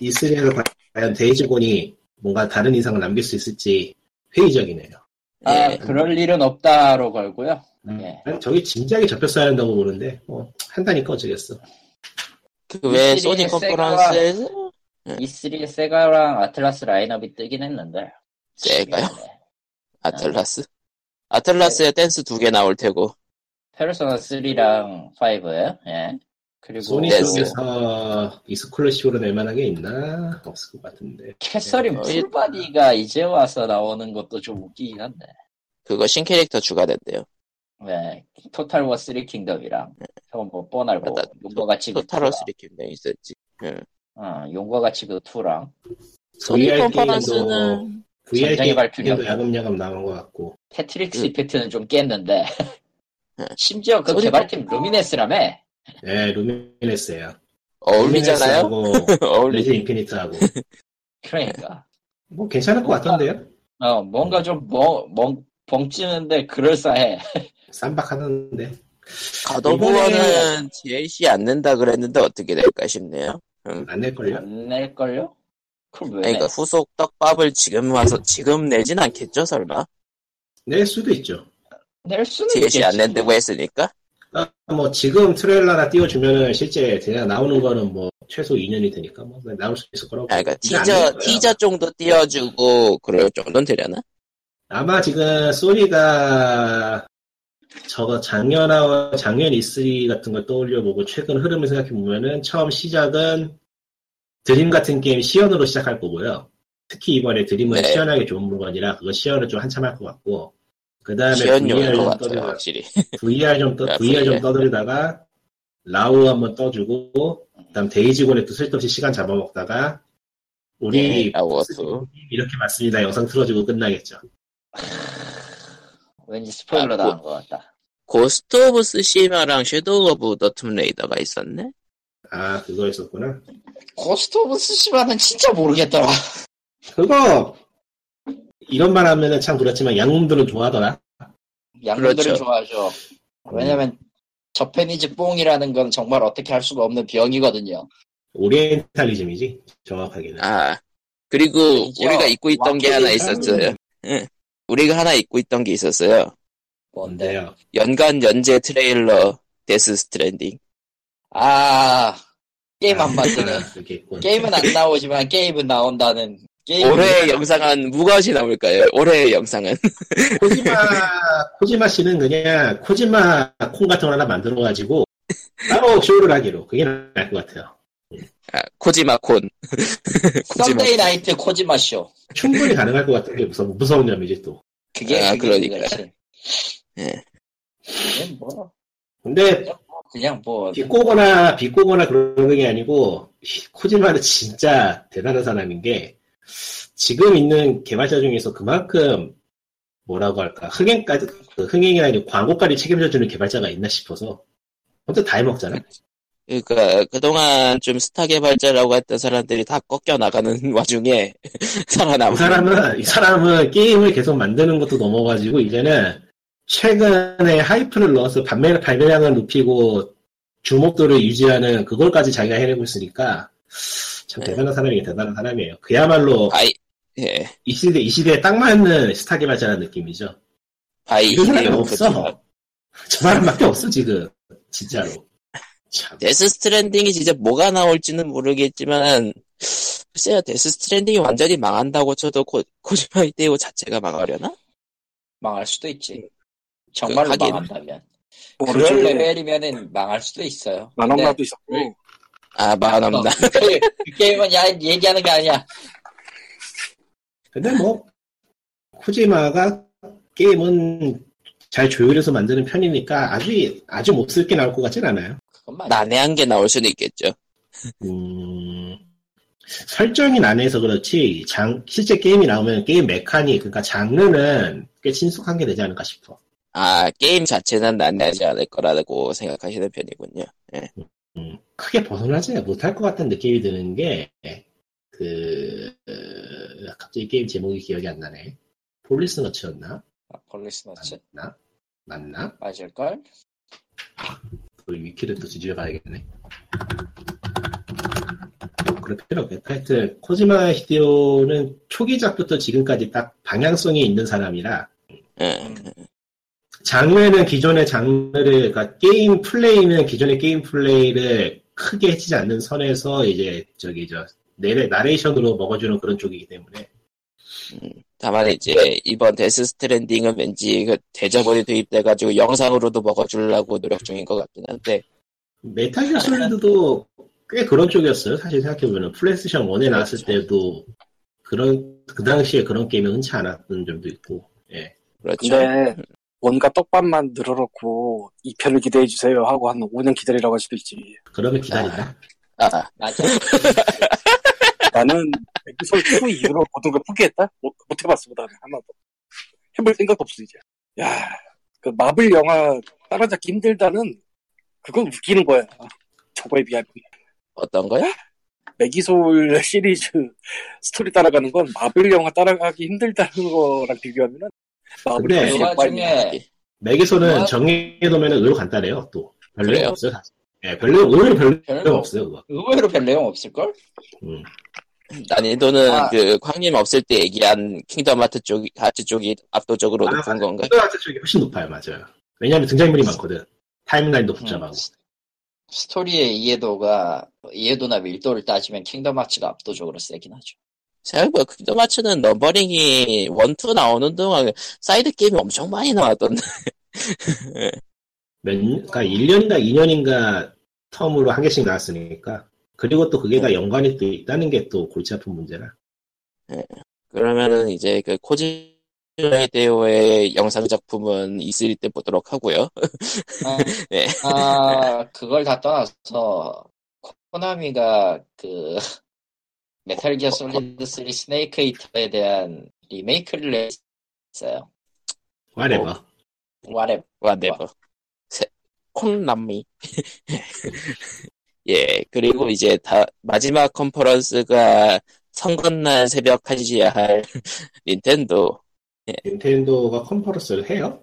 S3: E3에서 과연 데이지곤이 뭔가 다른 이상을 남길 수 있을지 회의적이네요.
S2: 아,
S1: 예.
S2: 그럴 일은 없다로 걸고요. 예.
S3: 난 저기 진작에 접혔어야 한다고 보는데 뭐 한다니까 어쩌겠어.
S1: 그 왜
S2: E3
S1: 소니
S2: 의
S1: 컨퍼런스에서
S2: E3 E 세가랑 아틀라스 라인업이 뜨긴 했는데. 예.
S1: 세가요? 아틀라스? 아틀라스에
S2: 네.
S1: 댄스 두 개 나올 테고.
S2: 페르소나 3랑 5요. 예. 그리고
S3: 소니
S1: 네,
S2: 네,
S3: 쪽에서 익스클루시브로 낼 만한 게 있나? 없을 것 같은데.
S2: 캐서린
S1: 어, 이-
S2: 풀바디가 이제 와서 나오는 것도 좀 웃기긴 한데.
S1: 그거 신캐릭터 추가된대요.
S2: 예. 토탈 워 3 킹덤이랑 저건 뭐 뻔하고
S1: 맞다.
S2: 용과 같이 그
S1: 예. 토탈 워
S2: 2랑.
S1: 스리 캠이 있었지.
S2: 어, 용과 같이 그 2랑
S1: 소니
S3: VR
S1: 컨퍼런스는
S3: 게임도 VR
S2: 전쟁의 발표가
S3: 게임도 야금야금 나온 것 같고.
S2: 테트릭스
S1: 음.
S2: 이펙트는 좀 깼는데
S1: 예.
S2: [LAUGHS] 심지어 그
S1: 소니
S2: 개발팀 루미네스라며
S3: 네, 루미네스예요.
S1: 어울리잖아요?
S3: 네, 레지
S1: [LAUGHS] 어울리지.
S3: 인피니트하고.
S2: 그러니까
S3: 뭐 괜찮을 것 같던데요?
S1: 네.
S2: 어, 뭔가 좀 멍, 멍, 벙찌는데 그럴싸해.
S3: 쌈박하던데.
S1: 가도부어는 DLC 안 낸다 그랬는데 어떻게 될까 싶네요.
S3: 안 낼걸요?
S2: 안 낼걸요? 그럼 왜
S1: 아니, 그러니까
S2: 내?
S1: 후속 떡밥을 지금 와서 지금 내진 않겠죠 설마?
S3: 낼 수도 있죠.
S2: 낼 수는 있겠지.
S1: DLC 안 낸다고 했으니까.
S3: 아, 뭐 지금 트레일러 하나 띄워주면은 실제 제가 나오는 거는 뭐 최소 2년이 되니까 뭐 그냥 나올 수 있을 거라고.
S1: 아, 그러니까
S3: 근데 안
S1: 티저
S3: 낼 거예요.
S1: 티저 정도 띄워주고 그럴 정도는 되려나?
S3: 아마 지금 소니가 저거 작년하고 작년 E3 같은 걸 떠올려보고 최근 흐름을 생각해보면은 처음 시작은 드림 같은 게임 시연으로 시작할 거고요. 특히 이번에 드림은
S1: 네.
S3: 시연하기 좋은 물건이라 그거 시연을 좀 한참 할 것 같고 그 다음에
S1: 시연용일 것
S3: VR 좀
S1: 같아요
S3: 떠들다가
S1: 확실히.
S3: VR 좀, 떠,
S1: 야,
S3: VR
S1: VR.
S3: 좀 떠들다가 라우 한번 떠주고 그다음 데이지곤에 또 쓸데없이 시간 잡아먹다가 우리
S1: 예, 라우어 2.
S3: 이렇게 맞습니다 영상 틀어주고 끝나겠죠.
S2: 왠지 스포일러
S1: 아,
S2: 당한 것 같다.
S1: 고스트 오브 스시마랑 섀도우 오브 더 툼레이더가 있었네?
S3: 아 그거 있었구나.
S2: 고스트 오브 스시마는 진짜 모르겠더라.
S3: 그거 이런 말 하면은 참 그렇지만 양놈들은 좋아하더라.
S2: 양들은
S1: 그렇죠. 음.
S2: 좋아하죠. 왜냐면 저페니즈 뽕이라는 건 정말 어떻게 할 수가 없는 병이거든요.
S3: 오리엔탈리즘이지 정확하게는.
S1: 아, 그리고
S2: 아니죠.
S1: 우리가 잊고 있던 게 하나
S2: 완전히
S1: 있었어요. 응. 우리가 하나 잊고 있던 게 있었어요.
S2: 뭔데?
S1: 연간 연재 트레일러 데스 스트랜딩.
S2: 아 게임
S1: [LAUGHS]
S2: 안 만드는
S3: 아, [LAUGHS] 그게 있군.
S2: 게임은 안 나오지만 게임은 나온다는 게임
S1: 올해의 영상은 무엇이 나올까요? 올해의 영상은.
S3: 코지마 코지마 씨는 그냥 코지마 콩 같은 걸 하나 만들어 가지고 따로 쇼를 하기로 그게 나을 것 같아요.
S1: 아, 코지마 콘. 코지마.
S2: 썸데이 나이트 코지마 쇼
S3: 충분히 가능할 것 같은 게 무서운 무서운 점이지 또.
S2: 그게
S1: 아,
S2: 그게
S1: 그러니까요.
S2: 그렇지.
S1: 예.
S2: 그냥 뭐
S3: 근데
S2: 그냥 뭐
S3: 비꼬거나 비꼬거나 그러는 게 아니고 코지마는 진짜 대단한 사람인 게 지금 있는 개발자 중에서 그만큼 뭐라고 할까 흥행까지 그 흥행이라는 게 광고까지 책임져주는 개발자가 있나 싶어서 혼자 다 해먹잖아.
S1: 그러니까 그동안 좀 스타 개발자라고 했던 사람들이 다 꺾여 나가는 [LAUGHS] 와중에 살아남은
S3: 이 사람은 이 사람은 게임을 계속 만드는 것도 넘어가지고 이제는 최근에 하이프를 넣어서 판매 발매량을 높이고 주목도를 유지하는 그걸까지 자기가 해내고 있으니까 참
S1: 네.
S3: 대단한 사람이 대단한 사람이에요. 그야말로
S1: 바이 예
S3: 이 시대 이 시대에 딱 맞는 스타 개발자라는 느낌이죠.
S1: 바이
S3: 그 사람이
S1: 히데오 코지마.
S3: 없어. [LAUGHS] 저 사람밖에 없어 지금 진짜로. 참
S1: 데스 스트랜딩이 진짜 뭐가 나올지는 모르겠지만 글쎄요 데스 스트랜딩이 완전히 망한다고 쳐도 코, 코지마 히데오 자체가 망하려나?
S2: 망할 수도 있지. 정말로
S1: 하긴.
S2: 망한다면
S4: 모르죠.
S2: 그럴 레벨이면은 망할 수도 있어요. 근데
S4: 만원마도 있었고
S1: 아 망합니다.
S2: 어, 그, 그 게임은 야, 얘기하는 게 아니야.
S3: 근데 뭐 코지마가 게임은 잘 조율해서 만드는 편이니까 아주 아주 못쓸게 나올 것 같진 않아요.
S2: 그건 맞아.
S1: [LAUGHS] 난해한 게 나올 수는 있겠죠.
S3: 음, 설정이 난해서 그렇지 장- 실제 게임이 나오면 게임 메카닉 그러니까 장르는 꽤 친숙한 게 되지 않을까 싶어.
S1: 아 게임 자체는 난해하지 않을 거라고 생각하시는 편이군요.
S3: 음, 크게 벗어나지 못할 것 같은 느낌이 드는 게그 갑자기 게임 제목이 기억이 안 나네. 폴리스너츠였나?
S2: 폴리스너츠
S3: 맞나? 맞나?
S2: 아, 맞을걸?
S3: 우리 위키를 또 뒤져봐야겠네. 그럴 필요 없겠다. 하여튼 코지마 히데오는 초기작부터 지금까지 딱 방향성이 있는 사람이라
S1: 예.
S3: 장르는 기존의 장르를, 그러니까 게임 플레이는 기존의 게임 플레이를 크게 해치지 않는 선에서 이제 저기 저 내레 나레이션으로 먹어주는 그런 쪽이기 때문에
S1: 다만 이제 이번 데스 스트랜딩은 왠지 그 대자본이 도입돼가지고 영상으로도 먹어주려고 노력 중인 것 같긴 한데
S3: 메탈기어 솔리드도 꽤 그런 쪽이었어요. 사실 생각해보면 플레이스테이션 1에 나왔을 때도 그런 그 당시에 그런 게임이 흔치 않았던 점도 있고 예.
S1: 그렇죠.
S2: 네.
S4: 근데 원가 떡밥만 늘어놓고 2편을 기대해주세요 하고 한 5년 기다리라고 할 수도 있지
S3: 그러면 기다리라.
S1: 아,
S2: 맞아.
S4: 나는 에피소드 2 이후로 모든 걸 포기했다? 못, 못 해봤어 나는 하나도 해볼 생각 없어 이제 야그 마블 영화 따라잡기 힘들다는 그건 웃기는 거야 저거에 비하면
S1: 어떤 거요?
S4: 매기솔 시리즈 스토리 따라가는 건 마블 영화 따라가기 힘들다는 거랑 비교하면 마블
S3: 근데
S4: 역시
S2: 그
S4: 역발이야.
S2: 와중에
S3: 맥에서는
S2: 뭐?
S3: 정해놓으면 의외로 간단해요. 또 별로
S1: 그래요?
S3: 없어요. 사실. 예, 별로 의외로 별로,
S2: 별로
S3: 없어요. 그거.
S2: 의외로 별 내용 없을걸?
S3: 음.
S1: 난이도는
S2: 아.
S1: 그 광님 없을 때 얘기한 킹덤 하트 쪽이 하트 쪽이 압도적으로
S3: 아,
S1: 높은 건가?
S3: 코드아트 쪽이 훨씬 높아요, 맞아요. 왜냐하면 등장인물이 많거든. 타임라인도
S2: 음,
S3: 복잡하고.
S2: 스- 스토리의 이해도가 이해도나 밀도를 따지면 킹덤 하츠가 압도적으로 세긴 하죠.
S1: 생각보다 뭐 킹덤 하트는 넘버링이 원투 나오는 동안 사이드 게임이 엄청 많이 나왔던데 [LAUGHS]
S3: 몇, 년- 그러니까 1년인가 2년인가 텀으로 한 개씩 나왔으니까. 그리고 또 그게 다 연관이 또 있다는 게 또 골치 아픈 문제라.
S1: 그러면은 이제 그 코지마의 대오의 영상 작품은 있을 때 보도록 하고요.
S2: 아,
S1: 네.
S2: 아, 그걸 다 떠나서 코나미가 그 [LAUGHS] 메탈 기어 솔리드 3 스네이크 이터에 대한 리메이크를 했어요.
S3: 와레버.
S2: 와랩
S1: 와데버 네, 뭐. 콩남미 [LAUGHS] 예 그리고 이제 다 마지막 컨퍼런스가 선거날 새벽 1시에 할 [LAUGHS] 닌텐도
S3: 닌텐도가 컨퍼런스를 해요?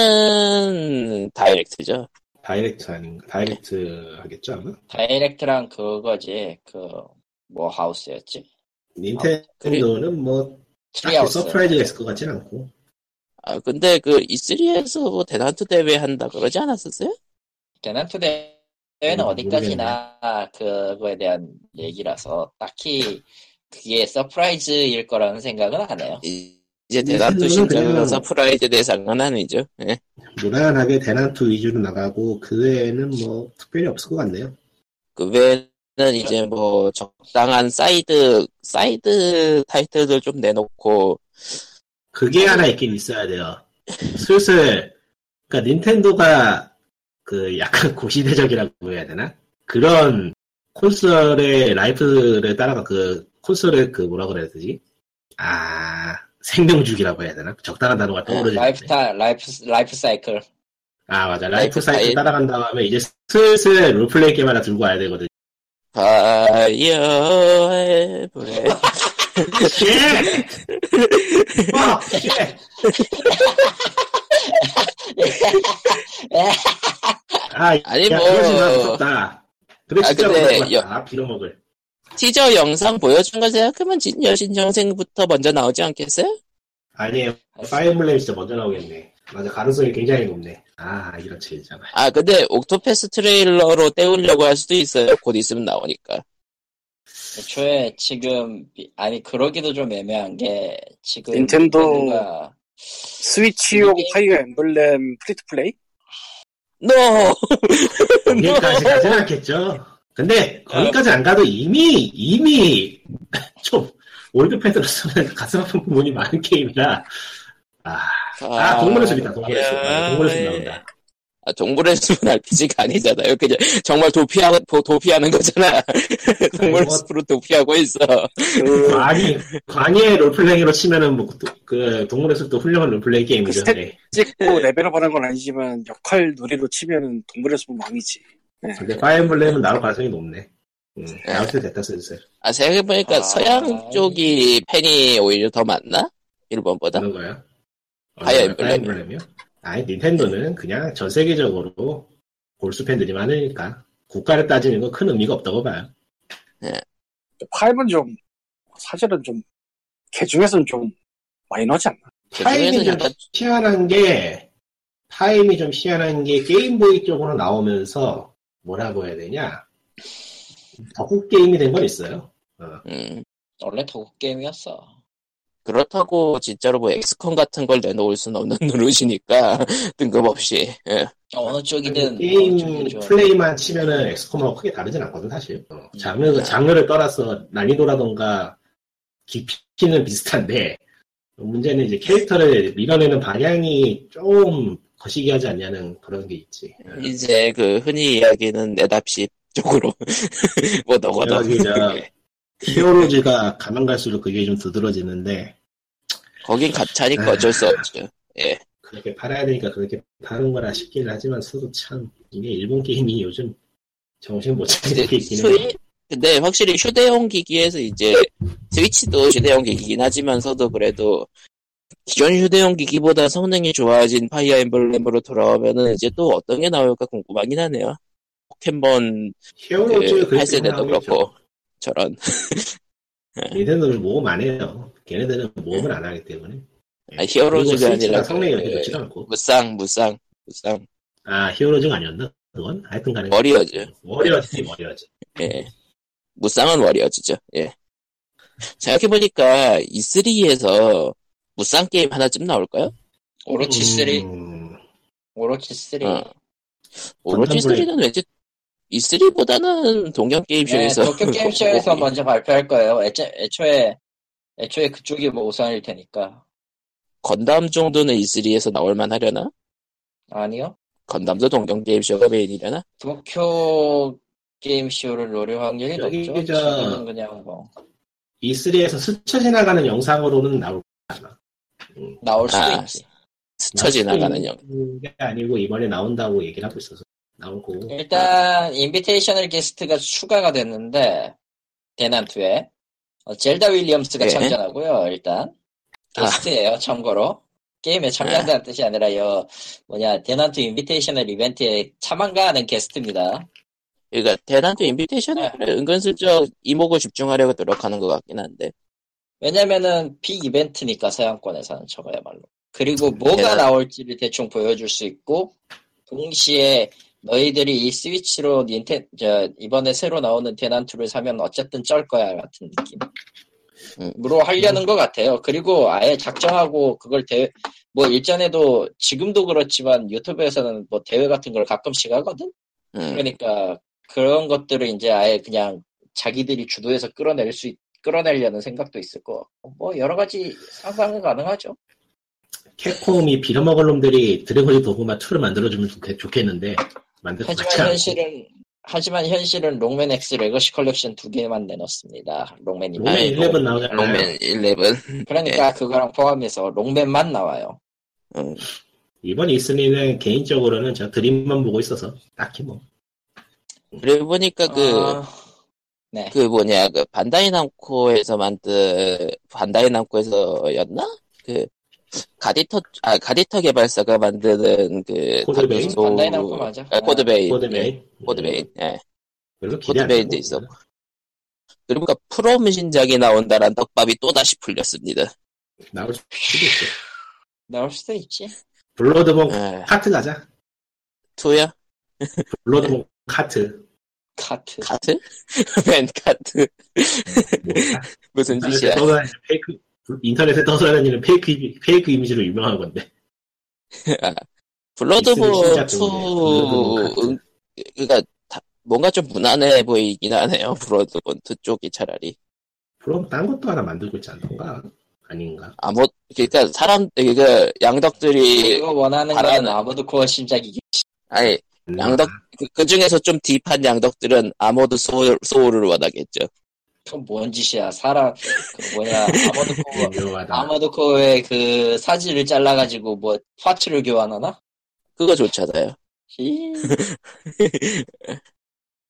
S1: 정확히는 다이렉트죠
S3: 다이렉트 아닌가? 다이렉트 하겠죠 아마?
S2: 다이렉트랑 그거지 그 뭐 하우스였지
S3: 닌텐도는 뭐 딱히
S2: 트리하우스
S3: 아, 서프라이즈가 있을 것 같진 않고
S1: 아 근데 그 E3에서 뭐 대단트 대회 한다 그러지 않았었어요?
S2: 그러니까 대난투 대회는
S3: 음,
S2: 어디까지나 그거에 대한 얘기라서 딱히 그게 서프라이즈일 거라는 생각은 안 해요.
S1: 이- 이제 대단트
S3: 닌텐도는
S1: 신청은
S3: 네, 그냥-
S1: 서프라이즈 대상은 아니죠 예.
S3: 무난하게 대난투 위주로 나가고 그 외에는 뭐 특별히 없을 것 같네요
S1: 그 외에는 이제 뭐 적당한 사이드 사이드 타이틀들 좀 내놓고
S3: 그게 하나 있긴 있어야 돼요 슬슬 그러니까 닌텐도가 그 약간 [LAUGHS] 고시대적이라고 해야 되나? 그런 콘솔의 라이프를 따라가 그 콘솔의 그 뭐라 그래야 되지? 아 생명주기라고 해야 되나? 적당한 단어가 떠오르지 않네.
S2: 라이프타 라이프 라이프 사이클.
S3: 아 맞아
S1: 라이프
S3: 라이프 사이트
S1: 사이트.
S3: 따라간 다음에 이제 슬슬 롤플레이 게임 하나 들고 와야
S1: [LAUGHS]
S3: 되거든
S1: 바이오의 불에
S3: 아
S1: 아니,
S3: 아, 야,
S1: 뭐.
S3: 그러지 마 무섭다 그래
S1: 아,
S3: 진짜
S1: 근데
S3: 무섭다
S1: 여-
S3: 아, 빌어먹을
S1: 티저 영상 보여준 걸 생각하면 진 여신 정생부터 먼저 나오지 않겠어요?
S3: 아니에요 파이어블렘 진짜 먼저 나오겠네 맞아 가능성이 굉장히 높네 아 이런 체이잖아
S1: 아 근데 옥토패스 트레일러로 때우려고 할 수도 있어요 곧 있으면 나오니까
S2: 애초에 지금 아니 그러기도 좀 애매한 게 지금
S4: 닌텐도-
S2: 닌텐도가
S4: 스위치용 파이어 엠블렘 프리트 플레이?
S1: 노!
S3: 거기까지 가진 않겠죠 근데 거기까지 안 가도 이미 이미 [LAUGHS] 좀 월드패드로 쓰면 [LAUGHS] 가슴 아픈 부분이 많은 게임이라 아, 아 동물의 숲이다 동물의 숲 맞아, 동물의 숲 나온다
S1: 아, 동물의 숲은 RPG가 아니잖아요. 그냥 정말 도피하, 도, 도피하는 거잖아. [LAUGHS] 동물의
S3: 뭐-
S1: 숲으로 도피하고 있어.
S4: 그
S1: 아.
S3: 관이, 관이의 롤플레잉으로 치면은, 뭐, 도- 그, 동물의 숲도 훌륭한 롤플레잉 게임이죠.
S4: 그
S3: 네.
S4: 찍고 레벨업 하는 건 아니지만 역할 놀이로 치면은 동물의 숲은 왕이지.
S3: 네. 근데 파이엠블렘은 나올 가능성이 높네. 음, 나올 때 됐다 슬슬.
S1: 아, 생각해보니까
S2: 아,
S1: 서양
S2: 아이.
S1: 쪽이 팬이 오히려 더 많나? 일본보다?
S3: 어느 거야?
S1: 파이어 엠블렘이요.
S3: 파이엠블렘이요? 아니, 닌텐도는 그냥 전 세계적으로 골수 팬들이 많으니까. 국가를 따지는 건 큰 의미가 없다고 봐요.
S4: 파이브는 좀 사실은 좀 개중에서는 좀 마이너지 않나?
S1: 그중에서
S3: 타임이 좀
S1: 약간-
S3: 희한한 게, 타임이 좀 희한한 게 게임보이 쪽으로 나오면서, 뭐라고 해야 되냐. 덕후 게임이 된 건 있어요. 어.
S1: 음,
S2: 원래 도구 게임이었어.
S1: 그렇다고 진짜로 뭐 엑스컴 같은 걸 내놓을 순 없는 [LAUGHS] 노릇이니까 뜬금없이. 예.
S2: 어느
S1: 뭐
S2: 쪽이든 어느
S3: 게임
S2: 쪽이든 좀
S3: 플레이만 치면은 엑스컴하고 크게 다르진 않거든 사실 어,
S1: 음, 그러니까.
S3: 장르, 장르를 떠나서 난이도라던가 깊이는 비슷한데 문제는 이제 캐릭터를 밀어내는 방향이 좀 거시기 하지 않냐는 그런 게 있지
S1: 이제 그 흔히 이야기는 내답시 쪽으로. [LAUGHS] 뭐, 너거너.
S3: 저기 저
S1: [LAUGHS]
S3: 히어로즈가 가면 갈수록 그게 좀 두드러지는데
S1: 거긴
S3: 네.
S1: 가차니까 어쩔 수 없죠.
S3: 그렇게 팔아야 되니까 그렇게 파는 거라 싶긴 하지만 서도 참 이게 일본 게임이 요즘 정신 못 차리게
S1: 근데
S3: 있긴 해
S1: 스위- 근데 확실히 휴대용 기기에서 이제 스위치도 휴대용 기기긴 하지만서도 그래도 기존 휴대용 기기보다 성능이 좋아진 파이어 엠블렘으로 돌아오면은 이제 또 어떤 게 나올까 궁금하긴 하네요. 포켓몬
S3: 뭐 히어로즈
S1: 그 8세대도
S3: 나오겠죠.
S1: 그렇고 저런
S3: 얘네들은 모험 안 해요. 걔네들은 모험을 안 하기 때문에.
S1: 아, 히어로즈가
S3: 그리고
S1: 아니라
S3: 스위치가 성능이 그렇게
S1: 그-
S3: 좋지도 않고.
S1: 무쌍 무쌍 무쌍
S3: 아, 히어로즈가 아니었나? 그건? 하여튼 간에.
S1: 워리어즈.
S3: 워리어즈지, 워리어즈.
S1: 예 무쌍은 워리어즈죠. 예 생각해 보니까 E3에서 무쌍 게임 하나쯤 나올까요?
S2: 오로치 3
S3: 음,
S2: 오로치 3
S1: 어. 오로지
S3: 건담 블레이드.
S1: 3는 왠지 E3보다는 동경 게임쇼에서
S2: 네, 도쿄
S1: [LAUGHS]
S2: 게임쇼에서 먼저 발표할 거예요. 애초, 애초에 애초에 그쪽이 뭐 우선일 테니까
S1: 건담 정도는 E3에서 나올 만하려나?
S2: 아니요.
S1: 건담도 동경 게임쇼가 메인이려나?
S2: 도쿄 게임쇼를 노릴 확률이
S3: 여기
S2: 높죠.
S3: 저-
S2: 지금은 그냥 뭐
S3: E E3에서 스쳐 지나가는 영상으로는 나올
S2: 나올 수도
S1: 아,
S2: 있지.
S1: 스쳐 지나가는 영.
S3: 게 아니고 이번에 나온다고 얘기를 하고 있어서 나올 거고.
S2: 일단 인비테이셔널 게스트가 추가가 됐는데 대난투에 어, 젤다 윌리엄스가
S1: 예.
S2: 참전하고요. 일단
S1: 아. 네.
S2: 게스트예요. 참고로 게임에 참여한다는 뜻이 아니라 요 뭐냐 대난투 인비테이셔널 이벤트에 참가하는 게스트입니다.
S1: 그러니까 대단도 인비테이션에
S3: 네.
S1: 은근슬쩍 이목을 집중하려고 노력하는 것 같긴 한데
S2: 왜냐면은 빅 이벤트니까 서양권에서는 저거야말로. 그리고 뭐가
S1: 대단-
S2: 나올지를 대충 보여줄 수 있고 동시에 너희들이 이 스위치로 닌텐 저 이번에 새로 나오는 대난투를 사면 어쨌든 쩔 거야 같은 느낌.
S1: 음.
S2: 으로 하려는 것 같아요. 그리고 아예 작정하고 그걸 대회 뭐 일전에도 지금도 그렇지만 유튜브에서는 뭐 대회 같은 걸 가끔씩 하거든.
S3: 네.
S1: 음,
S2: 그러니까 그런 것들을 이제 아예 그냥 자기들이 주도해서 끌어낼 수 있- 끌어내려는 생각도 있을 거. 뭐 여러 가지 상상은 가능하죠.
S3: 캡콤이 빌어먹을 놈들이 드래곤이 도구마 2를 만들어주면 좋겠, 좋겠는데 만들 것 같지
S2: 하지만
S3: 않고
S2: 현실은 하지만 현실은 롱맨 X 레거시 컬렉션 두 개만 내놨습니다. 롱맨이
S3: 롱맨
S1: 아니,
S3: 11 나오잖아요.
S1: 롱맨 11
S2: 그러니까 그거랑 포함해서 롱맨만 나와요.
S1: 음,
S3: 이번 E3는 개인적으로는 저 드림만 보고 있어서 딱히 뭐
S1: 그러고 보니까 그
S2: 아, 네.
S1: 그 뭐냐 그 반다이 남코에서 만든 반다이 남코에서였나 그 가디터 아 가디터 개발사가 만드는 그
S3: 코드베인?
S1: 다크 소울-
S2: 반다이 남코 맞아. 네.
S1: 아, 코드베인 예,
S3: 코드메인 뭐
S1: 코드베인 예
S3: 별로 기대 안
S1: 코드베인도
S3: 되고.
S1: 있었고 그러니까 프롬 신작이 나온다란 떡밥이 또 다시 풀렸습니다
S3: 나올 수도 있어
S2: 나올 수도 있지.
S3: 블러드본
S1: 예
S3: 카트 가자
S1: 투야
S3: 블러드본 카트
S2: 카트.
S1: 카트 [LAUGHS] 맨 카트 [LAUGHS]
S3: 뭐,
S1: 무슨
S3: 인터넷에
S1: 짓이야
S3: 떠다니는 어, 페이크 인터넷에 떠다니는 페이크 이- 페이크 이미지로 유명한 건데 있으면
S1: 블러드본
S3: 진짜 좋네.
S1: 2
S3: 블러드본
S1: 응, 그러니까 다- 뭔가 좀 무난해 보이긴 하네요 [LAUGHS] 블러드본 2 쪽이 차라리
S3: 그럼 딴 것도 하나 만들고 있지 않던가 아닌가
S1: 아무 그러니까 사람 그러니까 양덕들이
S2: 이거 원하는
S1: 바라는-
S2: 거는 아무도 코어 심작이기.
S1: 아니 양덕 그 중에서 좀 딥한 양덕들은 아모드 소울, 소울을 원하겠죠.
S2: 그뭔 짓이야. 사람 그 뭐냐 아무도 코어
S1: 네.
S3: 유명하다
S2: 아마도 코어의 그 사지를 잘라가지고 뭐 파츠를 교환하나?
S1: 그거 좋잖아요.
S2: 이,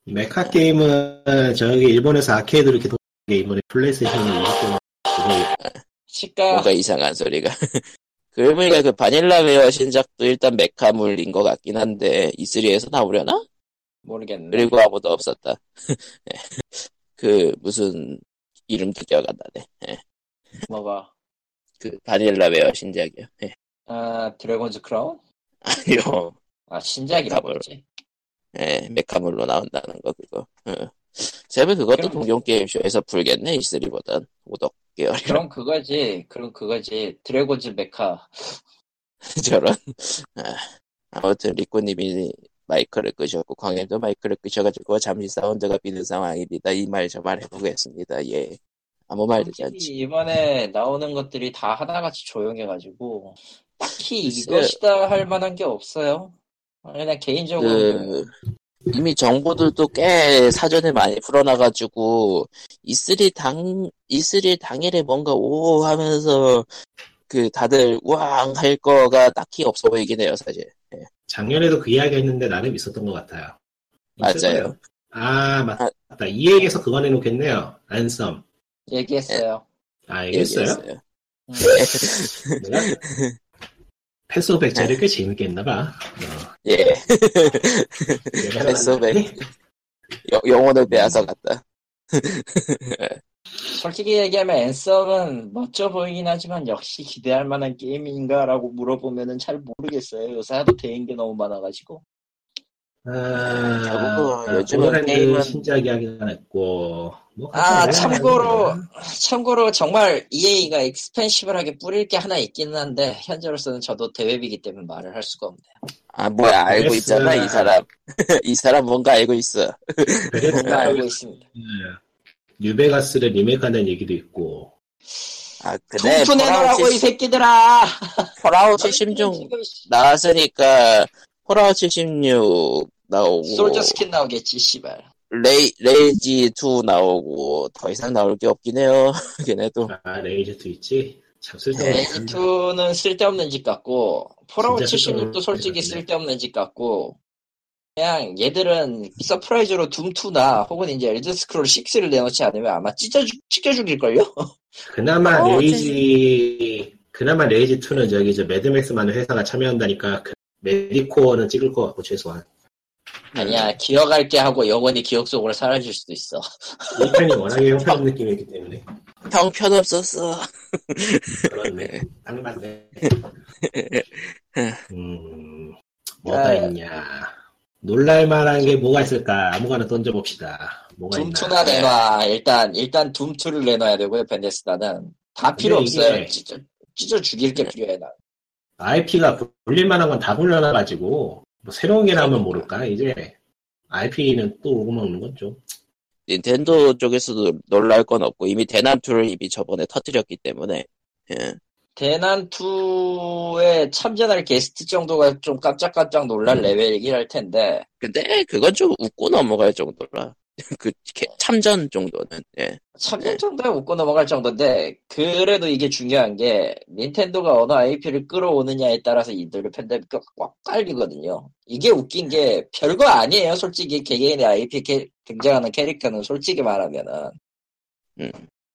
S3: 메카 게임은 저기 일본에서 아케이드로 이렇게 도게 이번에 플레이스테이션이 이렇게
S2: 치과
S1: 뭔가 이상한 소리가. [LAUGHS] 그러고 보니까 그 바닐라웨어 신작도 일단 메카물인 것 같긴 한데 E3에서 나오려나?
S2: 모르겠네.
S1: 그리고 아무도 없었다. [LAUGHS] 예. 그 무슨 이름도 기억 안 나네. 예.
S2: 뭐가?
S1: 그 바닐라웨어 신작이요. 예.
S2: 아 드래곤즈 크라운?
S1: [LAUGHS] 아니요.
S2: 아 신작이라고
S1: 답을.
S2: 그러지.
S1: 예, 메카물로 나온다는 거 그거. 응. 쌤은 그것도
S2: 그럼-
S1: 동경 게임쇼에서 풀겠네 E3보단 5덕 [LAUGHS] 계열이라
S2: 그럼 그거지. 그럼 그거지. 드래곤즈 메카.
S1: 저런. 아, 아무튼 리코님이 마이크를 끄셨고 광현도 마이크를 끄셔가지고 잠시 사운드가 비는 상황입니다. 이 말 저 말 해보겠습니다. 예. 아무 말도
S2: 솔직히
S1: 않지.
S2: 이번에 나오는 것들이 다 하나같이 조용해가지고 딱히
S1: 글쎄요.
S2: 이것이다 할 만한 게 없어요. 그냥 개인적으로
S1: 그 이미 정보들도 꽤 사전에 많이 풀어놔가지고 E3 당 E3 당일에 뭔가 오 하면서 그 다들 우왕 할 거가 딱히 없어 보이긴 해요 사실.
S3: 작년에도 그 이야기 했는데 나름 있었던 것 같아요. 있을
S1: 맞아요.
S3: 거예요. 아 맞-
S1: 아.
S3: 맞다. 이 얘기에서 그거 내놓겠네요. 안썸.
S2: 얘기했어요.
S3: 아
S1: 예,
S3: 얘기했어요?
S1: 얘기했어요.
S2: 음.
S3: 내가 패스오백 자리꽤 재밌게 했나봐. 어,
S1: 예.
S3: 내가
S1: 패스오백.
S3: 생각하니
S1: 여- 영혼을 빼앗아 갔다.
S2: 솔직히 얘기하면 앤썸은 멋져 보이긴 하지만 역시 기대할 만한 게임인가라고 물어보면은 잘 모르겠어요. 요새 하도 대인 게 너무 많아가지고.
S3: 아,
S1: 결국은 요즘은
S3: 오버랜드
S1: 게임은-
S3: 신작 이야기가 했고 뭐
S2: 아
S3: 그렇게
S2: 참고로
S3: 하는 거야.
S2: 참고로 정말 EA가 익스펜시브하게 뿌릴 게 하나 있기는 한데 현재로서는 저도 대회비기 때문에 말을 할 수가 없네요.
S1: 아 뭐야 알고 있잖아 이 사람. [LAUGHS] 이 사람 뭔가 알고 있어. 아,
S3: 베레스타
S2: 뭔가 네, 알고 있습니다.
S3: 뉴베가스를 리메이크한다는 얘기도 있고
S1: 아 근데
S2: 네, 통수 내놓으라고 이
S1: 폴아웃
S2: 새끼들아.
S1: 폴아웃 76
S2: 지금 씨,
S1: 나왔으니까 폴아웃 76 나오고
S2: 솔저 스킨 나오겠지 씨발.
S1: 레이 레이지 2 나오고 더 이상 나올 게 없긴 해요. [LAUGHS] 걔네도
S3: 아 레이저 트위치 참 쓸데없는 짓.
S2: 레지2는 음. 쓸데없는 짓 같고, 폴아웃
S3: 진짜 쓸데없는
S2: 76도 솔직히
S3: 짓 같네.
S2: 쓸데없는 짓 같고, 그냥 얘들은 서프라이즈로 둠2나 혹은 이제 엘드 스크롤 6를 내놓지 않으면 아마 찢어, 죽- 찢겨
S3: [LAUGHS]
S2: 죽일걸요?
S3: 그나마
S5: 어,
S3: 레이지 그나마 레이지 2는 저기 저 매드맥스만의 회사가 참여한다니까 그 메디코어는 찍을 것 같고 최소한 네.
S2: 아니야, 기억할게 하고 영원히 기억 속으로 사라질 수도 있어.
S3: 1편이 워낙에 형편 느낌이기 때문에
S1: 형편 없었어.
S3: 그렇네 딱 맞네 [LAUGHS] 음 뭐가
S2: 아.
S3: 있냐 놀랄만한 게 뭐가 있을까 아무거나 던져봅시다 뭐가 있나 네.
S2: 둠2나 내놔. 일단, 일단 둠2를 내놔야 되고요, 벤데스다는. 다 필요
S3: 근데 이게-
S2: 없어요. 찢어, 찢어 죽일 게 필요해, 난.
S3: IP가 굴릴만한 건 다 굴려놔가지고 뭐 새로운 게 나오면 모를까 이제 IP는 또 오고 먹는 건좀
S1: 닌텐도 쪽에서도 놀랄 건 없고 이미 대난투를 이미 저번에 터뜨렸기 때문에 예.
S2: 대난2에 참전할 게스트 정도가 좀 깜짝깜짝
S3: 음.
S2: 놀랄 레벨이긴 할 텐데,
S1: 근데 그건 좀 웃고 넘어갈 정도라 [LAUGHS] 그 개- 참전 정도는 예.
S2: 참전 정도에 웃고 넘어갈 정도인데, 그래도 이게 중요한 게, 닌텐도가 어느 IP를 끌어오느냐에 따라서 이들의 팬덤이 꽉- 꽉 깔리거든요. 이게 웃긴 게, 별거 아니에요. 솔직히 개개인의 IP 캐, 등장하는 캐릭터는 솔직히 말하면은.
S1: 음.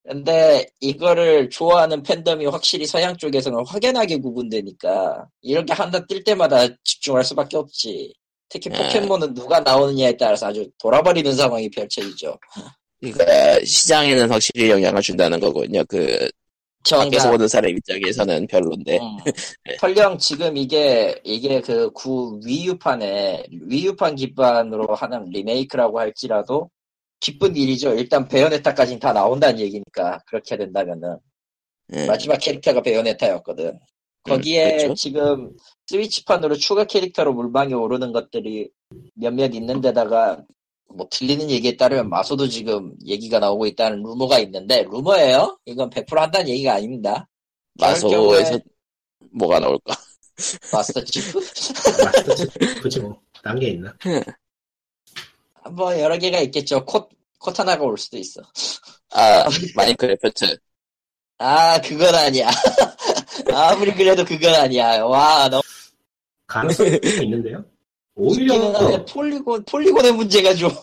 S2: 근데 이거를 좋아하는 팬덤이 확실히 서양 쪽에서는 확연하게 구분되니까 이렇게 하나 뜰 때마다 집중할 수밖에 없지. 특히
S1: 네.
S2: 포켓몬은 누가 나오느냐에 따라서 아주 돌아버리는 상황이 펼쳐지죠.
S1: 그러니까 시장에는 확실히 영향을 준다는 거군요. 그 밖에서
S2: 정작
S1: 보는 사람 입장에서는 별론데 [LAUGHS]
S2: 음,
S1: 예.
S2: 설령 지금 이게 이게 그 구 위유판에 위유판 기반으로 하는 리메이크라고 할지라도 기쁜 일이죠. 일단 베요네타까지는 다 나온다는 얘기니까 그렇게 된다면은
S1: 예. 음,
S2: 마지막 캐릭터가 베요네타였거든. 거기에
S1: 그렇죠.
S2: 지금 스위치판으로 추가 캐릭터로 물망에 오르는 것들이 몇몇 있는데다가 뭐 들리는 얘기에 따르면 마소도 지금 얘기가 나오고 있다는 루머가 있는데 루머예요? 이건 100% 한다는 얘기가 아닙니다.
S1: 마소에서 뭐가 나올까?
S2: 마스터 치프? [LAUGHS]
S3: 마스터 그치 뭐딴 게 있나
S2: 뭐 여러 개가 있겠죠. 콧, 콧 하나가 올 수도 있어.
S1: [LAUGHS] 아 마인크래프트
S2: 아 그건 아니야. [LAUGHS] 아무리 그래도 그건 아니야. 와 너무
S3: 가능성이 있는데요
S2: 웃기는
S3: 오히려
S2: 한데 폴리곤 폴리곤의 문제가 좀. [LAUGHS]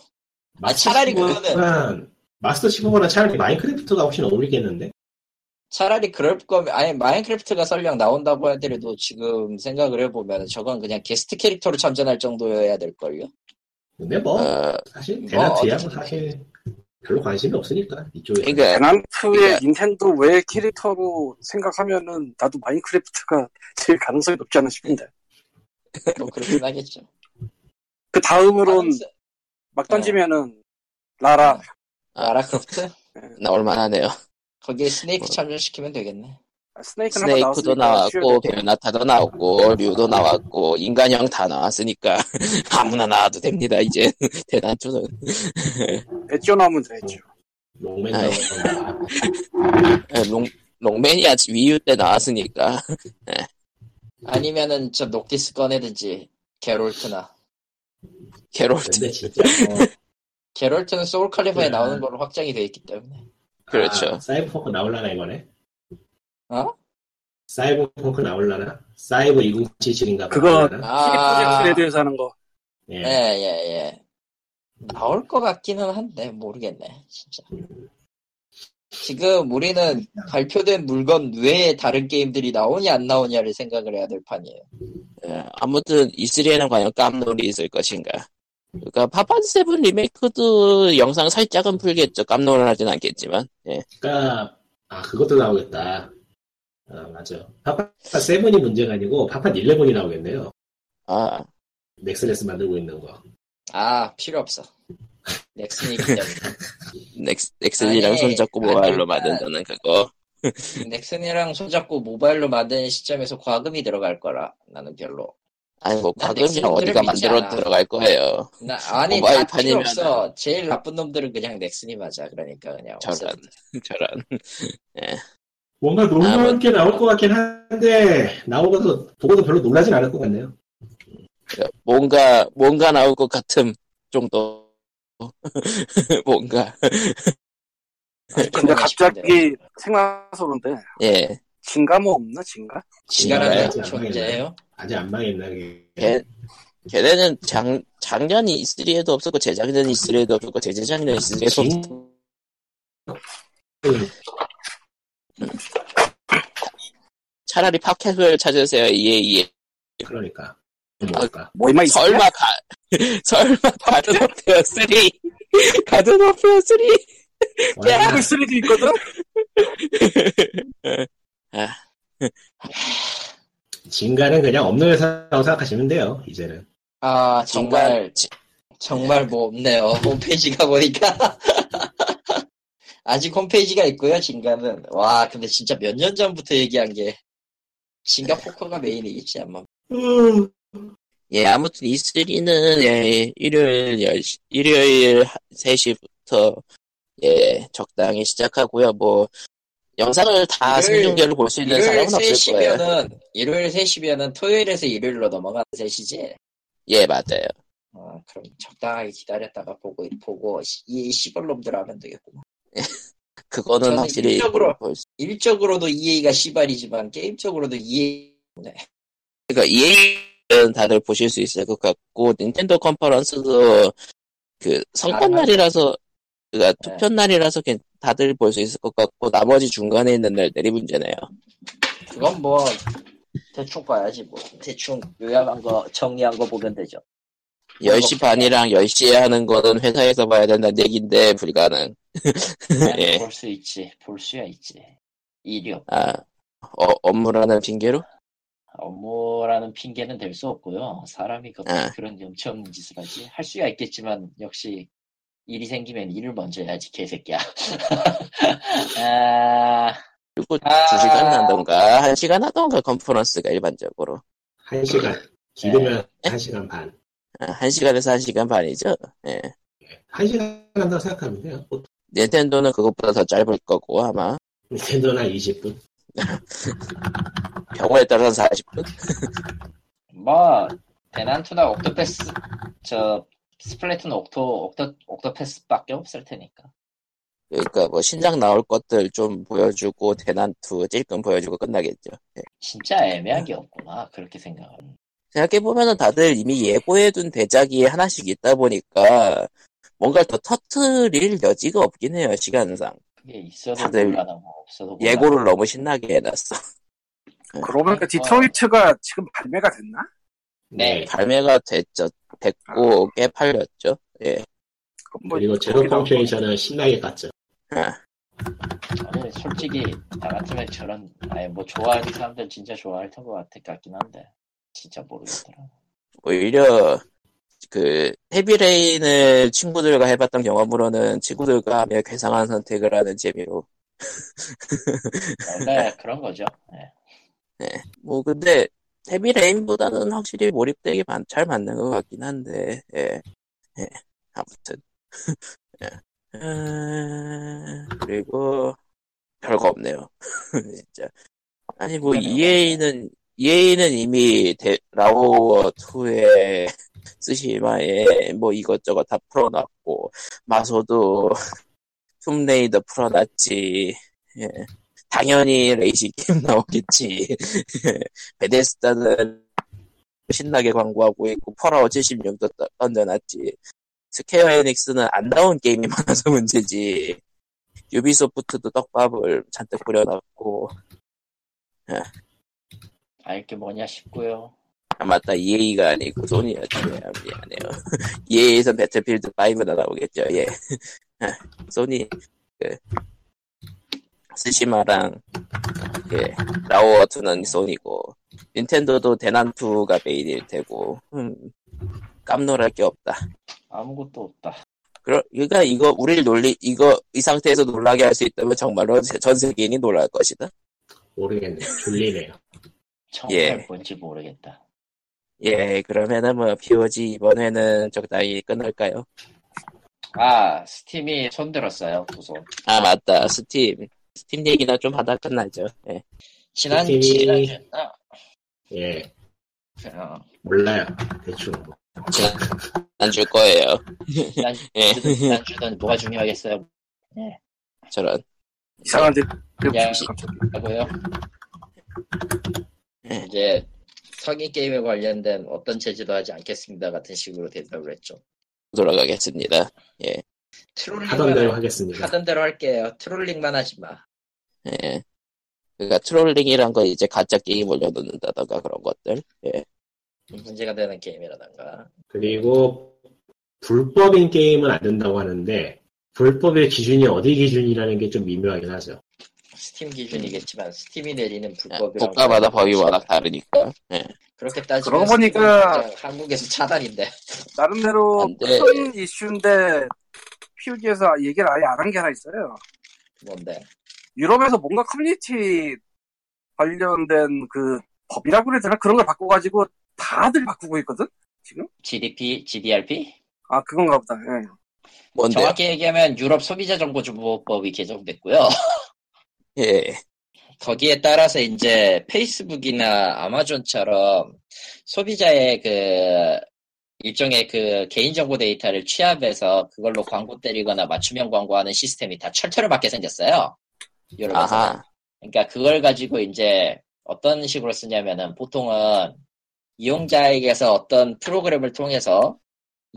S2: 아, 차라리 그거는-
S3: 그거는 마스터 15보다 차라리 마인크래프트가 훨씬 어울리겠는데
S2: 차라리 그럴 거면 아예 마인크래프트가 설령 나온다고 하더라도 지금 생각을 해보면 저건 그냥 게스트 캐릭터로 참전할 정도여야 될걸요.
S3: 근데 뭐
S1: 어,
S3: 사실
S2: 뭐
S3: 대낮이야 뭐
S2: 어쨌든.
S3: 사실 별로 관심이 없으니까 이쪽에 서
S1: 그러니까
S4: 대난투의
S1: 그러니까-
S4: 닌텐도 외 캐릭터로 생각하면은 나도 마인크래프트가 [LAUGHS] 제일 가능성이 높지 않나 싶은데
S2: 뭐 그렇긴 하겠죠.
S4: 그
S1: 아,
S4: 다음으론
S2: 가능성-
S4: 막
S1: 어.
S4: 던지면은 라라
S2: 라라크로프트
S1: 나올만 하네요.
S2: 거기에 스네이크
S3: 어.
S1: 뭐.
S2: 참전시키면 되겠네.
S4: 아, 스네이크는 한번
S1: 스네이크도
S4: 나왔으니까
S1: 나왔고
S4: 쉬워야
S1: 베르나타도 나왔고 류도 나왔고 인간형 다 나왔으니까 [LAUGHS] 아무나 나와도 됩니다 이제 [LAUGHS] 대단투는
S4: 돼. 엣지오 나오면 돼 엣지오
S3: 롱맨
S1: 아이.
S3: 나오고
S1: 롱 롱맨이야 위유 때 나왔으니까 [LAUGHS]
S2: 아니면은 저 녹디스 꺼내든지 게롤트나
S1: 캐롤트
S3: 근데 진짜 어,
S2: 게롤트는 소울 칼리버에
S3: 네.
S2: 나오는 걸로 확정이 돼 있기 때문에.
S1: 그렇죠.
S3: 아, 사이버펑크 나올라나 이번에
S2: 어?
S3: 사이버펑크 나올라나 사이버 2077인가
S4: 그거- CD
S2: 아,
S4: 프로젝트 레드에서 하는 거
S3: 예.
S2: 예, 예, 예. 나올 것 같기는 한데 모르겠네 진짜 지금 우리는 발표된 물건 외에 다른 게임들이 나오냐 안 나오냐를 생각을 해야 될 판이에요
S1: 예, 아무튼 E3에는 과연 깜놀이 있을 것인가. 그러니까 파판 세븐 리메이크도 영상 살짝은 풀겠죠. 깜놀은 하진 않겠지만. 예.
S3: 그러니까 아 그것도 나오겠다. 아 맞아. 파파 세븐이 문제가 아니고 파파 11이 나오겠네요.
S1: 아,
S3: 넥슬레스 만들고 있는 거.
S2: 아 필요 없어 넥슨이기 때문에
S1: 넥스, 넥슨이랑
S2: 아니,
S1: 손잡고
S2: 아니,
S1: 모바일로
S2: 그러니까-
S1: 만든다는 그거.
S2: 넥슨이랑 손잡고 모바일로 만드는 시점에서 과금이 들어갈 거라 나는 별로
S1: 아니, 뭐,
S2: 난
S1: 과금이랑
S2: 넥슨들을
S1: 어디가
S2: 믿지
S1: 만들어
S2: 않아.
S1: 들어갈 거예요. [LAUGHS]
S2: 나, 아니
S1: 모바일
S2: 다 필요
S1: 판이면-
S2: 없어 제일 나쁜 놈들은 그냥 넥슨이 맞아 그러니까 그냥 없어
S1: 저런, 저런.
S3: 뭔가
S1: 아, 뭐-
S3: 놀라운 게 나올 것 같긴 한데 나오고서 보고도 별로 놀라진 않을 것 같네요.
S1: 그러니까 뭔가, 뭔가 나올 것 같은 정도. [LAUGHS] 뭔가.
S2: 이렇게
S4: 근데
S2: 보고 싶은데요.
S4: 갑자기 생각나서 그런데
S1: 예.
S4: 진가 뭐 없나 진가?
S1: 네,
S2: 지가라는
S3: 지가라는
S2: 존재예요.
S3: 아직 안 망했나 그게.
S1: 걔, 걔네는 장, 작년 E3에도 없었고, 재작년 E3에도 없었고, 재재작년 E3에도 없었고,
S3: 음,
S1: 차라리 팟캐스트를 찾으세요. 예, 예.
S3: 그러니까. 뭘까?
S4: 뭐 이마 있어?
S1: 설마 가, [LAUGHS] 설마 가든 오브 페어 3.
S4: [LAUGHS]
S1: 가든 오브 페어 3.
S2: 네.
S3: 워낙
S4: 플리도 있거든.
S2: [LAUGHS]
S3: 진가는 그냥 없는 회사라고 생각하시면 돼요. 이제는.
S2: 아 정말
S1: 지-
S2: 정말 뭐 없네요. [LAUGHS] 홈페이지가 보니까 [LAUGHS] 아직 홈페이지가 있고요. 진가는 와 근데 진짜 몇 년 전부터 얘기한 게 진가 포커가 메인이겠지 아마.
S1: 예, 아무튼 E3는, 예, 일요일 10시, 일요일 3시부터, 예, 적당히 시작하고요. 뭐, 영상을 다
S2: 일요일-
S1: 생중계로 볼 수 있는
S2: 일요일
S1: 사람은 없을 거예요.
S2: 3시면은 일요일 3시면은 토요일에서 일요일로 넘어가는 3시지.
S1: 예, 맞아요.
S2: 아 그럼 적당하게 기다렸다가 보고 보고 이 시벌놈들 하면 되겠구나.
S1: 그거는
S2: 저는
S1: 확실히
S2: 일적으로-
S1: 볼 수-
S2: 일적으로도 EA가 시발이지만 게임적으로도 EA
S1: 그러니까 EA는 다들 보실 수 있을 것 같고 닌텐도 컨퍼런스도 그 성권
S2: 아,
S1: 날이라서 그러니까
S2: 네.
S1: 투표 날이라서 괜- 다들 볼 수 있을 것 같고 나머지 중간에 있는 날들이 문제네요.
S2: 그건 뭐 대충 봐야지 뭐 대충 요약한 거 정리한 거 보면 되죠.
S1: 10시 반이랑 10시에 하는 거는 회사에서 봐야 된다는 얘기인데 불가능. [LAUGHS] 예.
S2: 볼 수 있지, 볼 수야 있지. 일요
S1: 아, 어, 업무라는 핑계로?
S2: 업무라는 핑계는 될 수 없고요. 사람이 그,
S1: 아.
S2: 그런 염치 없는 짓을 하지 할 수야 있겠지만 역시 일이 생기면 일을 먼저 해야지 개새끼야. [LAUGHS] 아,
S1: 그리고
S2: 아.
S1: 두시간 하던가 1시간 하던가 컨퍼런스가 일반적으로.
S3: 한 시간. 길으면 한 시간 반.
S1: 아, 1시간에서 1시간 반이죠. 예.
S3: 한 시간 한다고 생각하면 돼요. 뭐, 보통
S1: 닌텐도는 그것보다 더 짧을 거고 아마
S3: 닌텐도나 20분.
S1: 경우에 따라서 40분?
S2: 뭐 대난투나 옥토패스 저 스플래툰 옥토 옥토 옥토패스밖에 없을 테니까.
S1: 그러니까 뭐 신작 나올 것들 좀 보여주고 대난투 찔끔 보여주고 끝나겠죠.
S2: 진짜 애매한 게 없구나 그렇게 생각하면
S1: 생각해 보면은 다들 이미 예고해둔 대작이 하나씩 있다 보니까 뭔가 더 터트릴 여지가 없긴 해요 시간상.
S2: 그게 있어도
S1: 다들
S2: 곤란하고 없어도 곤란하고.
S1: 예고를 너무 신나게 해놨어. [LAUGHS]
S4: 그러고
S2: 어.
S4: 보니까 디트로이트가 지금 발매가 됐나?
S2: 네.
S1: 발매가 됐죠. 됐고 꽤 팔렸죠. 예.
S4: 그건 뭐
S3: 그리고 제로 컴퓨테이션은 신나게 갔죠.
S1: 아,
S2: 저는 솔직히 나 같으면 저런 아예 뭐 좋아하는 사람들 진짜 좋아할 텐것 같 같긴 한데 진짜 모르겠더라
S1: 오히려 뭐 그 헤비레인을 친구들과 해봤던 경험으로는 친구들과 하며 괴상한 선택을 하는 재미로 [LAUGHS]
S2: 원래 그런 거죠 네.
S1: 뭐 근데 헤비 레인보다는 확실히 몰입되기 만- 잘 맞는 것 같긴 한데 예, 예. 아무튼 [LAUGHS] 예. 음, 그리고 별거 없네요 [LAUGHS] 진짜 아니 뭐 EA는 EA는 이미 데- 라오어 2의 스시마에 뭐 이것저것 다 풀어놨고 마소도 툼레이더 풀어놨지 예. 당연히 레이싱 게임 나오겠지 베데스다는 신나게 광고하고 있고 펄아웃 76도 던져놨지 스퀘어 에닉스는 안 나온 게임이 [LAUGHS] 많아서 문제지 유비소프트도 떡밥을 잔뜩 뿌려놨고
S2: 알게 아, 뭐냐 싶고요
S1: 아 맞다 EA가 아니고 소니였지 아, 미안해요 EA에서 배틀필드 5가 나오겠죠 예 [LAUGHS] 소니 그 스시마랑 예 라오어트는 소니고 닌텐도도 대난투가 메인일 테고 음, 깜놀할 게 없다
S2: 아무것도 없다
S1: 그러, 그러니까 이거 우리를 놀리 이거 이 상태에서 놀라게 할 수 있다면 정말로 세- 전 세계인이 놀랄 것이다.
S3: 모르겠네요. 졸리네요. [LAUGHS]
S2: 정말
S1: 예.
S2: 뭔지 모르겠다
S1: 예, 그러면은 뭐 POG 이번 회는 적당히 끝날까요?
S2: 아 스팀이 손들었어요 우선
S1: 아 맞다, 스팀 스팀 얘기나 좀 하다 끝나죠. 예,
S2: 지난
S3: 스팀이-
S2: 지난주 아,
S3: 예.
S2: 어,
S3: 몰라요. 대충. 뭐.
S1: 안 줄 거예요.
S2: 지난
S1: 예,
S2: 지난주는 뭐가 중요하겠어요
S1: 저런.
S4: 이상한데
S2: 야.
S4: 갑자기.
S2: 하고요
S1: 네.
S2: 이제 성인 게임에 관련된 어떤 제지도 하지 않겠습니다 같은 식으로 대답을 했죠.
S1: 돌아가겠습니다.
S3: 하던 대로
S2: 트롤링만
S3: 하겠습니다.
S2: 하던 대로 할게요. 트롤링만 하지 마.
S1: 예. 그러니까 트롤링이란 건 이제 가짜 게임 올려놓는다던가 그런 것들. 예.
S2: 문제가 되는 게임이라던가.
S3: 그리고 불법인 게임은 안 된다고 하는데 불법의 기준이 어디 기준이라는 게 좀 미묘하긴 하죠.
S2: 스팀 기준이겠지만 스팀이 내리는
S1: 예,
S2: 불법이라고.
S1: 국가마다 법이 워낙 다르니까. 예.
S2: 그렇게 따지면
S4: 그러고 보니까-
S2: 스팀은 그냥 한국에서 차단인데.
S4: 나름대로
S1: 안 돼.
S4: 큰 이슈인데 피우기에서 얘기를 아예 안 한 게 하나 있어요.
S2: 뭔데?
S4: 유럽에서 뭔가 커뮤니티 관련된 그 법이라고 그래야 되나 그런 걸 바꿔가지고 다들 바꾸고 있거든. 지금?
S2: GDP, GDRP?
S4: 아 그건가 보다. 예.
S1: 뭔데? 요
S2: 정확히 얘기하면 유럽 소비자 정보 보호법이 개정됐고요.
S1: 예.
S2: 거기에 따라서 이제 페이스북이나 아마존처럼 소비자의 그 일종의 그 개인정보 데이터를 취합해서 그걸로 광고 때리거나 맞춤형 광고하는 시스템이 다 철퇴를 맞게 생겼어요. 유럽에서.
S1: 아하.
S2: 그러니까 그걸 가지고 이제 어떤 식으로 쓰냐면은 보통은 이용자에게서 어떤 프로그램을 통해서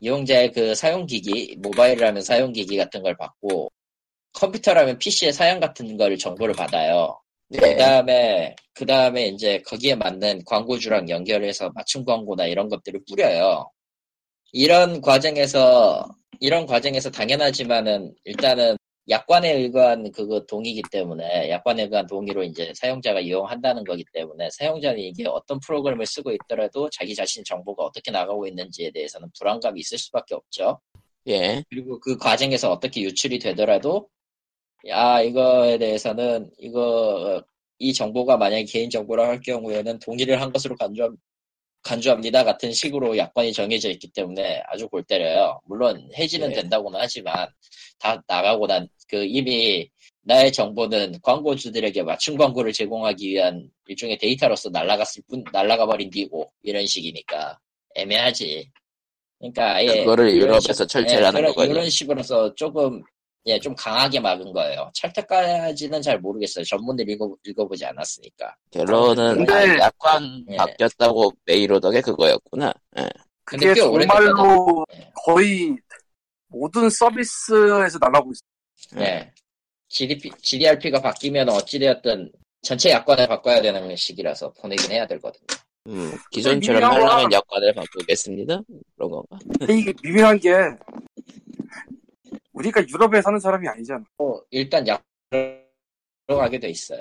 S2: 이용자의 그 사용기기, 모바일이라면 사용기기 같은 걸 받고 컴퓨터라면 PC의 사양 같은 걸 정보를 받아요. 그
S1: 예.
S2: 다음에, 그 다음에 이제 거기에 맞는 광고주랑 연결해서 맞춤 광고나 이런 것들을 뿌려요. 이런 과정에서, 이런 과정에서 당연하지만은 일단은 약관에 의거한 그거 동의기 때문에, 약관에 의거한 동의로 이제 사용자가 이용한다는 거기 때문에 사용자는 이게 어떤 프로그램을 쓰고 있더라도 자기 자신 정보가 어떻게 나가고 있는지에 대해서는 불안감이 있을 수밖에 없죠.
S1: 예.
S2: 그리고 그 과정에서 어떻게 유출이 되더라도 아 이거에 대해서는 이거 어, 이 정보가 만약에 개인 정보라 할 경우에는 동의를 한 것으로 간주함, 간주합니다 같은 식으로 약관이 정해져 있기 때문에 아주 골 때려요. 물론 해지는
S1: 예.
S2: 된다고는 하지만 다 나가고 난 그 이미 나의 정보는 광고주들에게 맞춤 광고를 제공하기 위한 일종의 데이터로서 날라갔을 뿐 날라가 버린 뒤고 이런 식이니까 애매하지. 그러니까 아예
S1: 그거를
S2: 이런
S1: 유럽에서
S2: 식-
S1: 철퇴를 하는
S2: 그런-
S1: 거군요.
S2: 이런 식으로서 조금 예, 좀 강하게 막은 거예요. 철퇴까지는 잘 모르겠어요. 전문을 읽어, 읽어보지 않았으니까.
S1: 결론은
S4: 근데-
S1: 아, 약관
S2: 예.
S1: 바뀌었다고 메일 오덕의 그거였구나. 예.
S2: 근데
S4: 그게
S2: 꽤 오래됐거든.
S4: 정말로
S2: 예.
S4: 거의 모든 서비스에서 날라오고 있어.
S2: 예. GDP, GDRP가 바뀌면 어찌되었든 전체 약관을 바꿔야 되는 식이라서 보내긴 해야 되거든요.
S1: 음, 기존처럼
S4: 미묘한-
S1: 말랑한 약관을 바꾸겠습니다. 그런 건가?
S4: 근데 이게 미묘한 게 우리가 유럽에 사는 사람이 아니잖아.
S2: 어, 일단 약 들어가게 돼 있어요.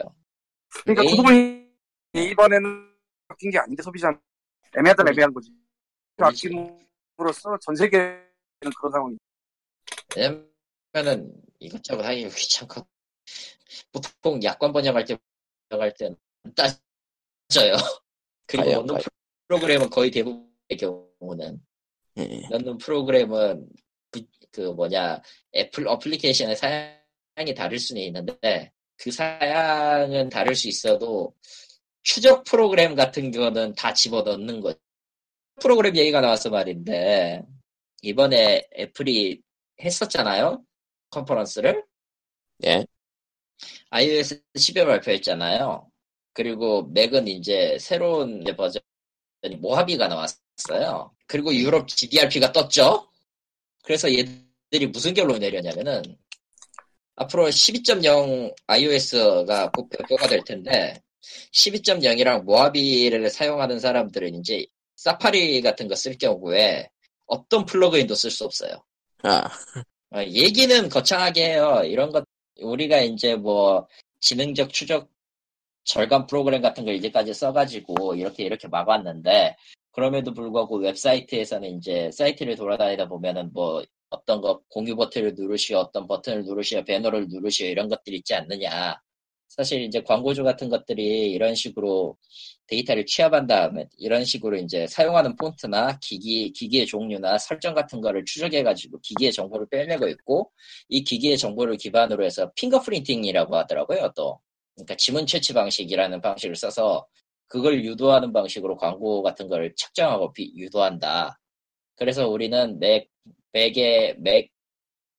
S4: 그러니까
S2: 네.
S4: 구독이 이번에는 바뀐 게 아닌데 소비자는 애매하다
S2: 그렇지.
S4: 애매한 거지.
S2: 그렇지.
S4: 바뀜으로써 전 세계는 그런 상황이.
S2: 왜냐면은 이것저것 하기 귀찮고 보통 약관 번역할 때 번역할 때는 따져요. [LAUGHS] 그리고
S1: 과연,
S2: 넣는
S1: 과연.
S2: 프로그램은 거의 대부분의 경우는
S1: 예.
S2: 넣는 프로그램은 부- 그 뭐냐 애플 어플리케이션의 사양이 다를 수는 있는데 그 사양은 다를 수 있어도 추적 프로그램 같은 거는 다 집어넣는 거죠. 프로그램 얘기가 나와서 말인데 이번에 애플이 했었잖아요 컨퍼런스를
S1: 예.
S2: iOS 10에 발표했잖아요. 그리고 맥은 이제 새로운 버전이 모하비가 나왔어요. 그리고 유럽 GDRP가 떴죠. 그래서 얘들이 무슨 결론을 내렸냐면은 앞으로 12.0 iOS가 곧 발표가 될 텐데 12.0이랑 모하비를 사용하는 사람들은 이제 사파리 같은 거 쓸 경우에 어떤 플러그인도 쓸 수 없어요.
S1: 아,
S2: 어, 얘기는 거창하게 해요. 이런 것 우리가 이제 뭐 지능적 추적 절감 프로그램 같은 걸 이제까지 써가지고 이렇게 이렇게 막았는데 그럼에도 불구하고 웹사이트에서는 이제 사이트를 돌아다니다 보면은 뭐 어떤 거 공유 버튼을 누르시오, 어떤 버튼을 누르시오, 배너를 누르시오 이런 것들이 있지 않느냐. 사실 이제 광고주 같은 것들이 이런 식으로 데이터를 취합한 다음에 이런 식으로 이제 사용하는 폰트나 기기, 기기의 종류나 설정 같은 거를 추적해가지고 기기의 정보를 빼내고 있고 이 기기의 정보를 기반으로 해서 핑거프린팅이라고 하더라고요 또 그러니까 지문 채취 방식이라는 방식을 써서 그걸 유도하는 방식으로 광고 같은 걸 측정하고 비- 유도한다 그래서 우리는 맥, 맥의 맥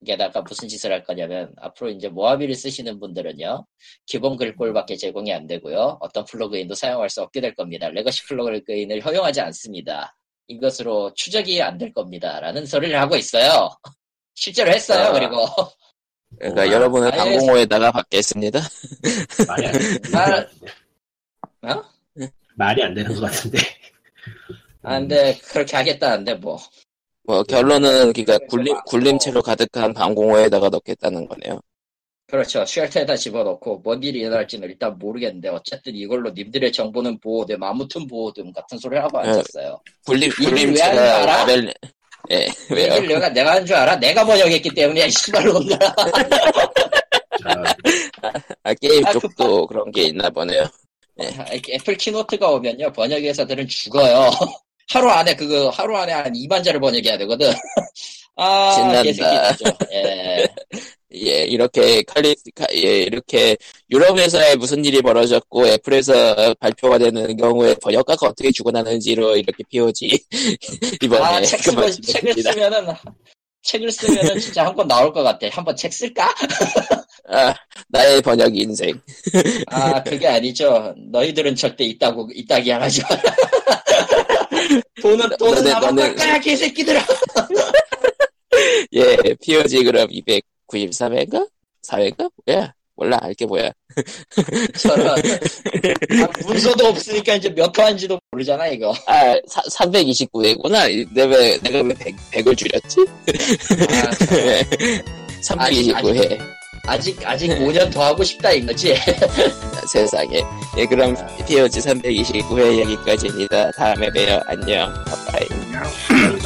S2: 게다가 무슨 짓을 할 거냐면 앞으로 이제 모아비를 쓰시는 분들은요 기본 글꼴밖에 제공이 안 되고요 어떤 플러그인도 사용할 수 없게 될 겁니다 레거시 플러그인을 허용하지 않습니다 이것으로 추적이 안 될 겁니다라는 소리를 하고 있어요 [LAUGHS] 실제로 했어요
S1: 아.
S2: 그리고
S1: 그러니까 여러분은
S2: 아예-
S1: 항공호에다가 받겠습니다.
S3: 말이 안 [LAUGHS] 되는 것
S2: 말-
S3: 같은데.
S2: 어?
S3: 말이 안 되는 것 같은데.
S2: 안돼 그렇게 하겠다는데 뭐
S1: 뭐 결론은 그러니까
S2: 네,
S1: 굴림 굴림체로 가득한 방공호에다가 넣겠다는 거네요.
S2: 그렇죠. 쉘터에다 집어넣고 뭔 일이 일어날지는 일단 모르겠는데 어쨌든 이걸로 님들의 정보는 보호됨 아무튼 보호됨 같은 소리를 하고
S1: 네.
S2: 앉았어요.
S1: 굴림
S2: 이걸 왜 하는 줄
S1: 굴림체가
S2: 알아?
S1: 라벨 예 왜요?
S2: 이걸 내가 내가 한 줄 알아? 내가 번역했기 때문에 이 씨발 놈들아.
S3: 저,
S1: 아 게임
S2: 아,
S1: 쪽도 그런 게 있나 보네요.
S2: [LAUGHS] 이렇게 애플 키노트가 오면요 번역 회사들은 죽어요. [LAUGHS] 하루 안에 그거 하루 안에 한 2만 자를 번역해야 되거든. [LAUGHS] 아
S1: 신난다.
S2: 개새끼죠.
S1: [LAUGHS]
S2: 예.
S1: 예, 이렇게 칼리, 카- 예, 이렇게 유럽 회사에 무슨 일이 벌어졌고 애플에서 발표가 되는 경우에 뭐 번역가가 어떻게 죽어나는지로 이렇게 POG [LAUGHS] 이번에
S2: 아, 책 쓰면, 책을
S1: 그만두겠습니다.
S2: 쓰면은 책을 쓰면은 진짜 한 권 나올 것 같아. 한번 책 쓸까?
S1: 아, 나의 번역 인생.
S2: 아 그게 아니죠. 너희들은 절대 있다고 있다기
S1: [LAUGHS]
S2: 안 하지 마라. 돈은 돈은
S1: 너네,
S2: 나만
S1: 너네.
S2: 깎아야 개새끼들아.
S1: 예, POG 그럼 293회인가? 4회인가? 뭐야? 몰라, 알게 뭐야.
S2: 저런 아, 문서도 없으니까 이제 몇 화인지도 모르잖아 이거.
S1: 아, 329회구나. 내가 왜, 내가 왜 100, 100을 줄였지?
S2: 아,
S1: 329회.
S2: 아직 아직 5년 더 하고 싶다 이거지.
S1: 세상에. 예, 그럼 POG 329회 여기까지입니다. 다음에 봬요. 안녕. 바이바이.
S3: 그냥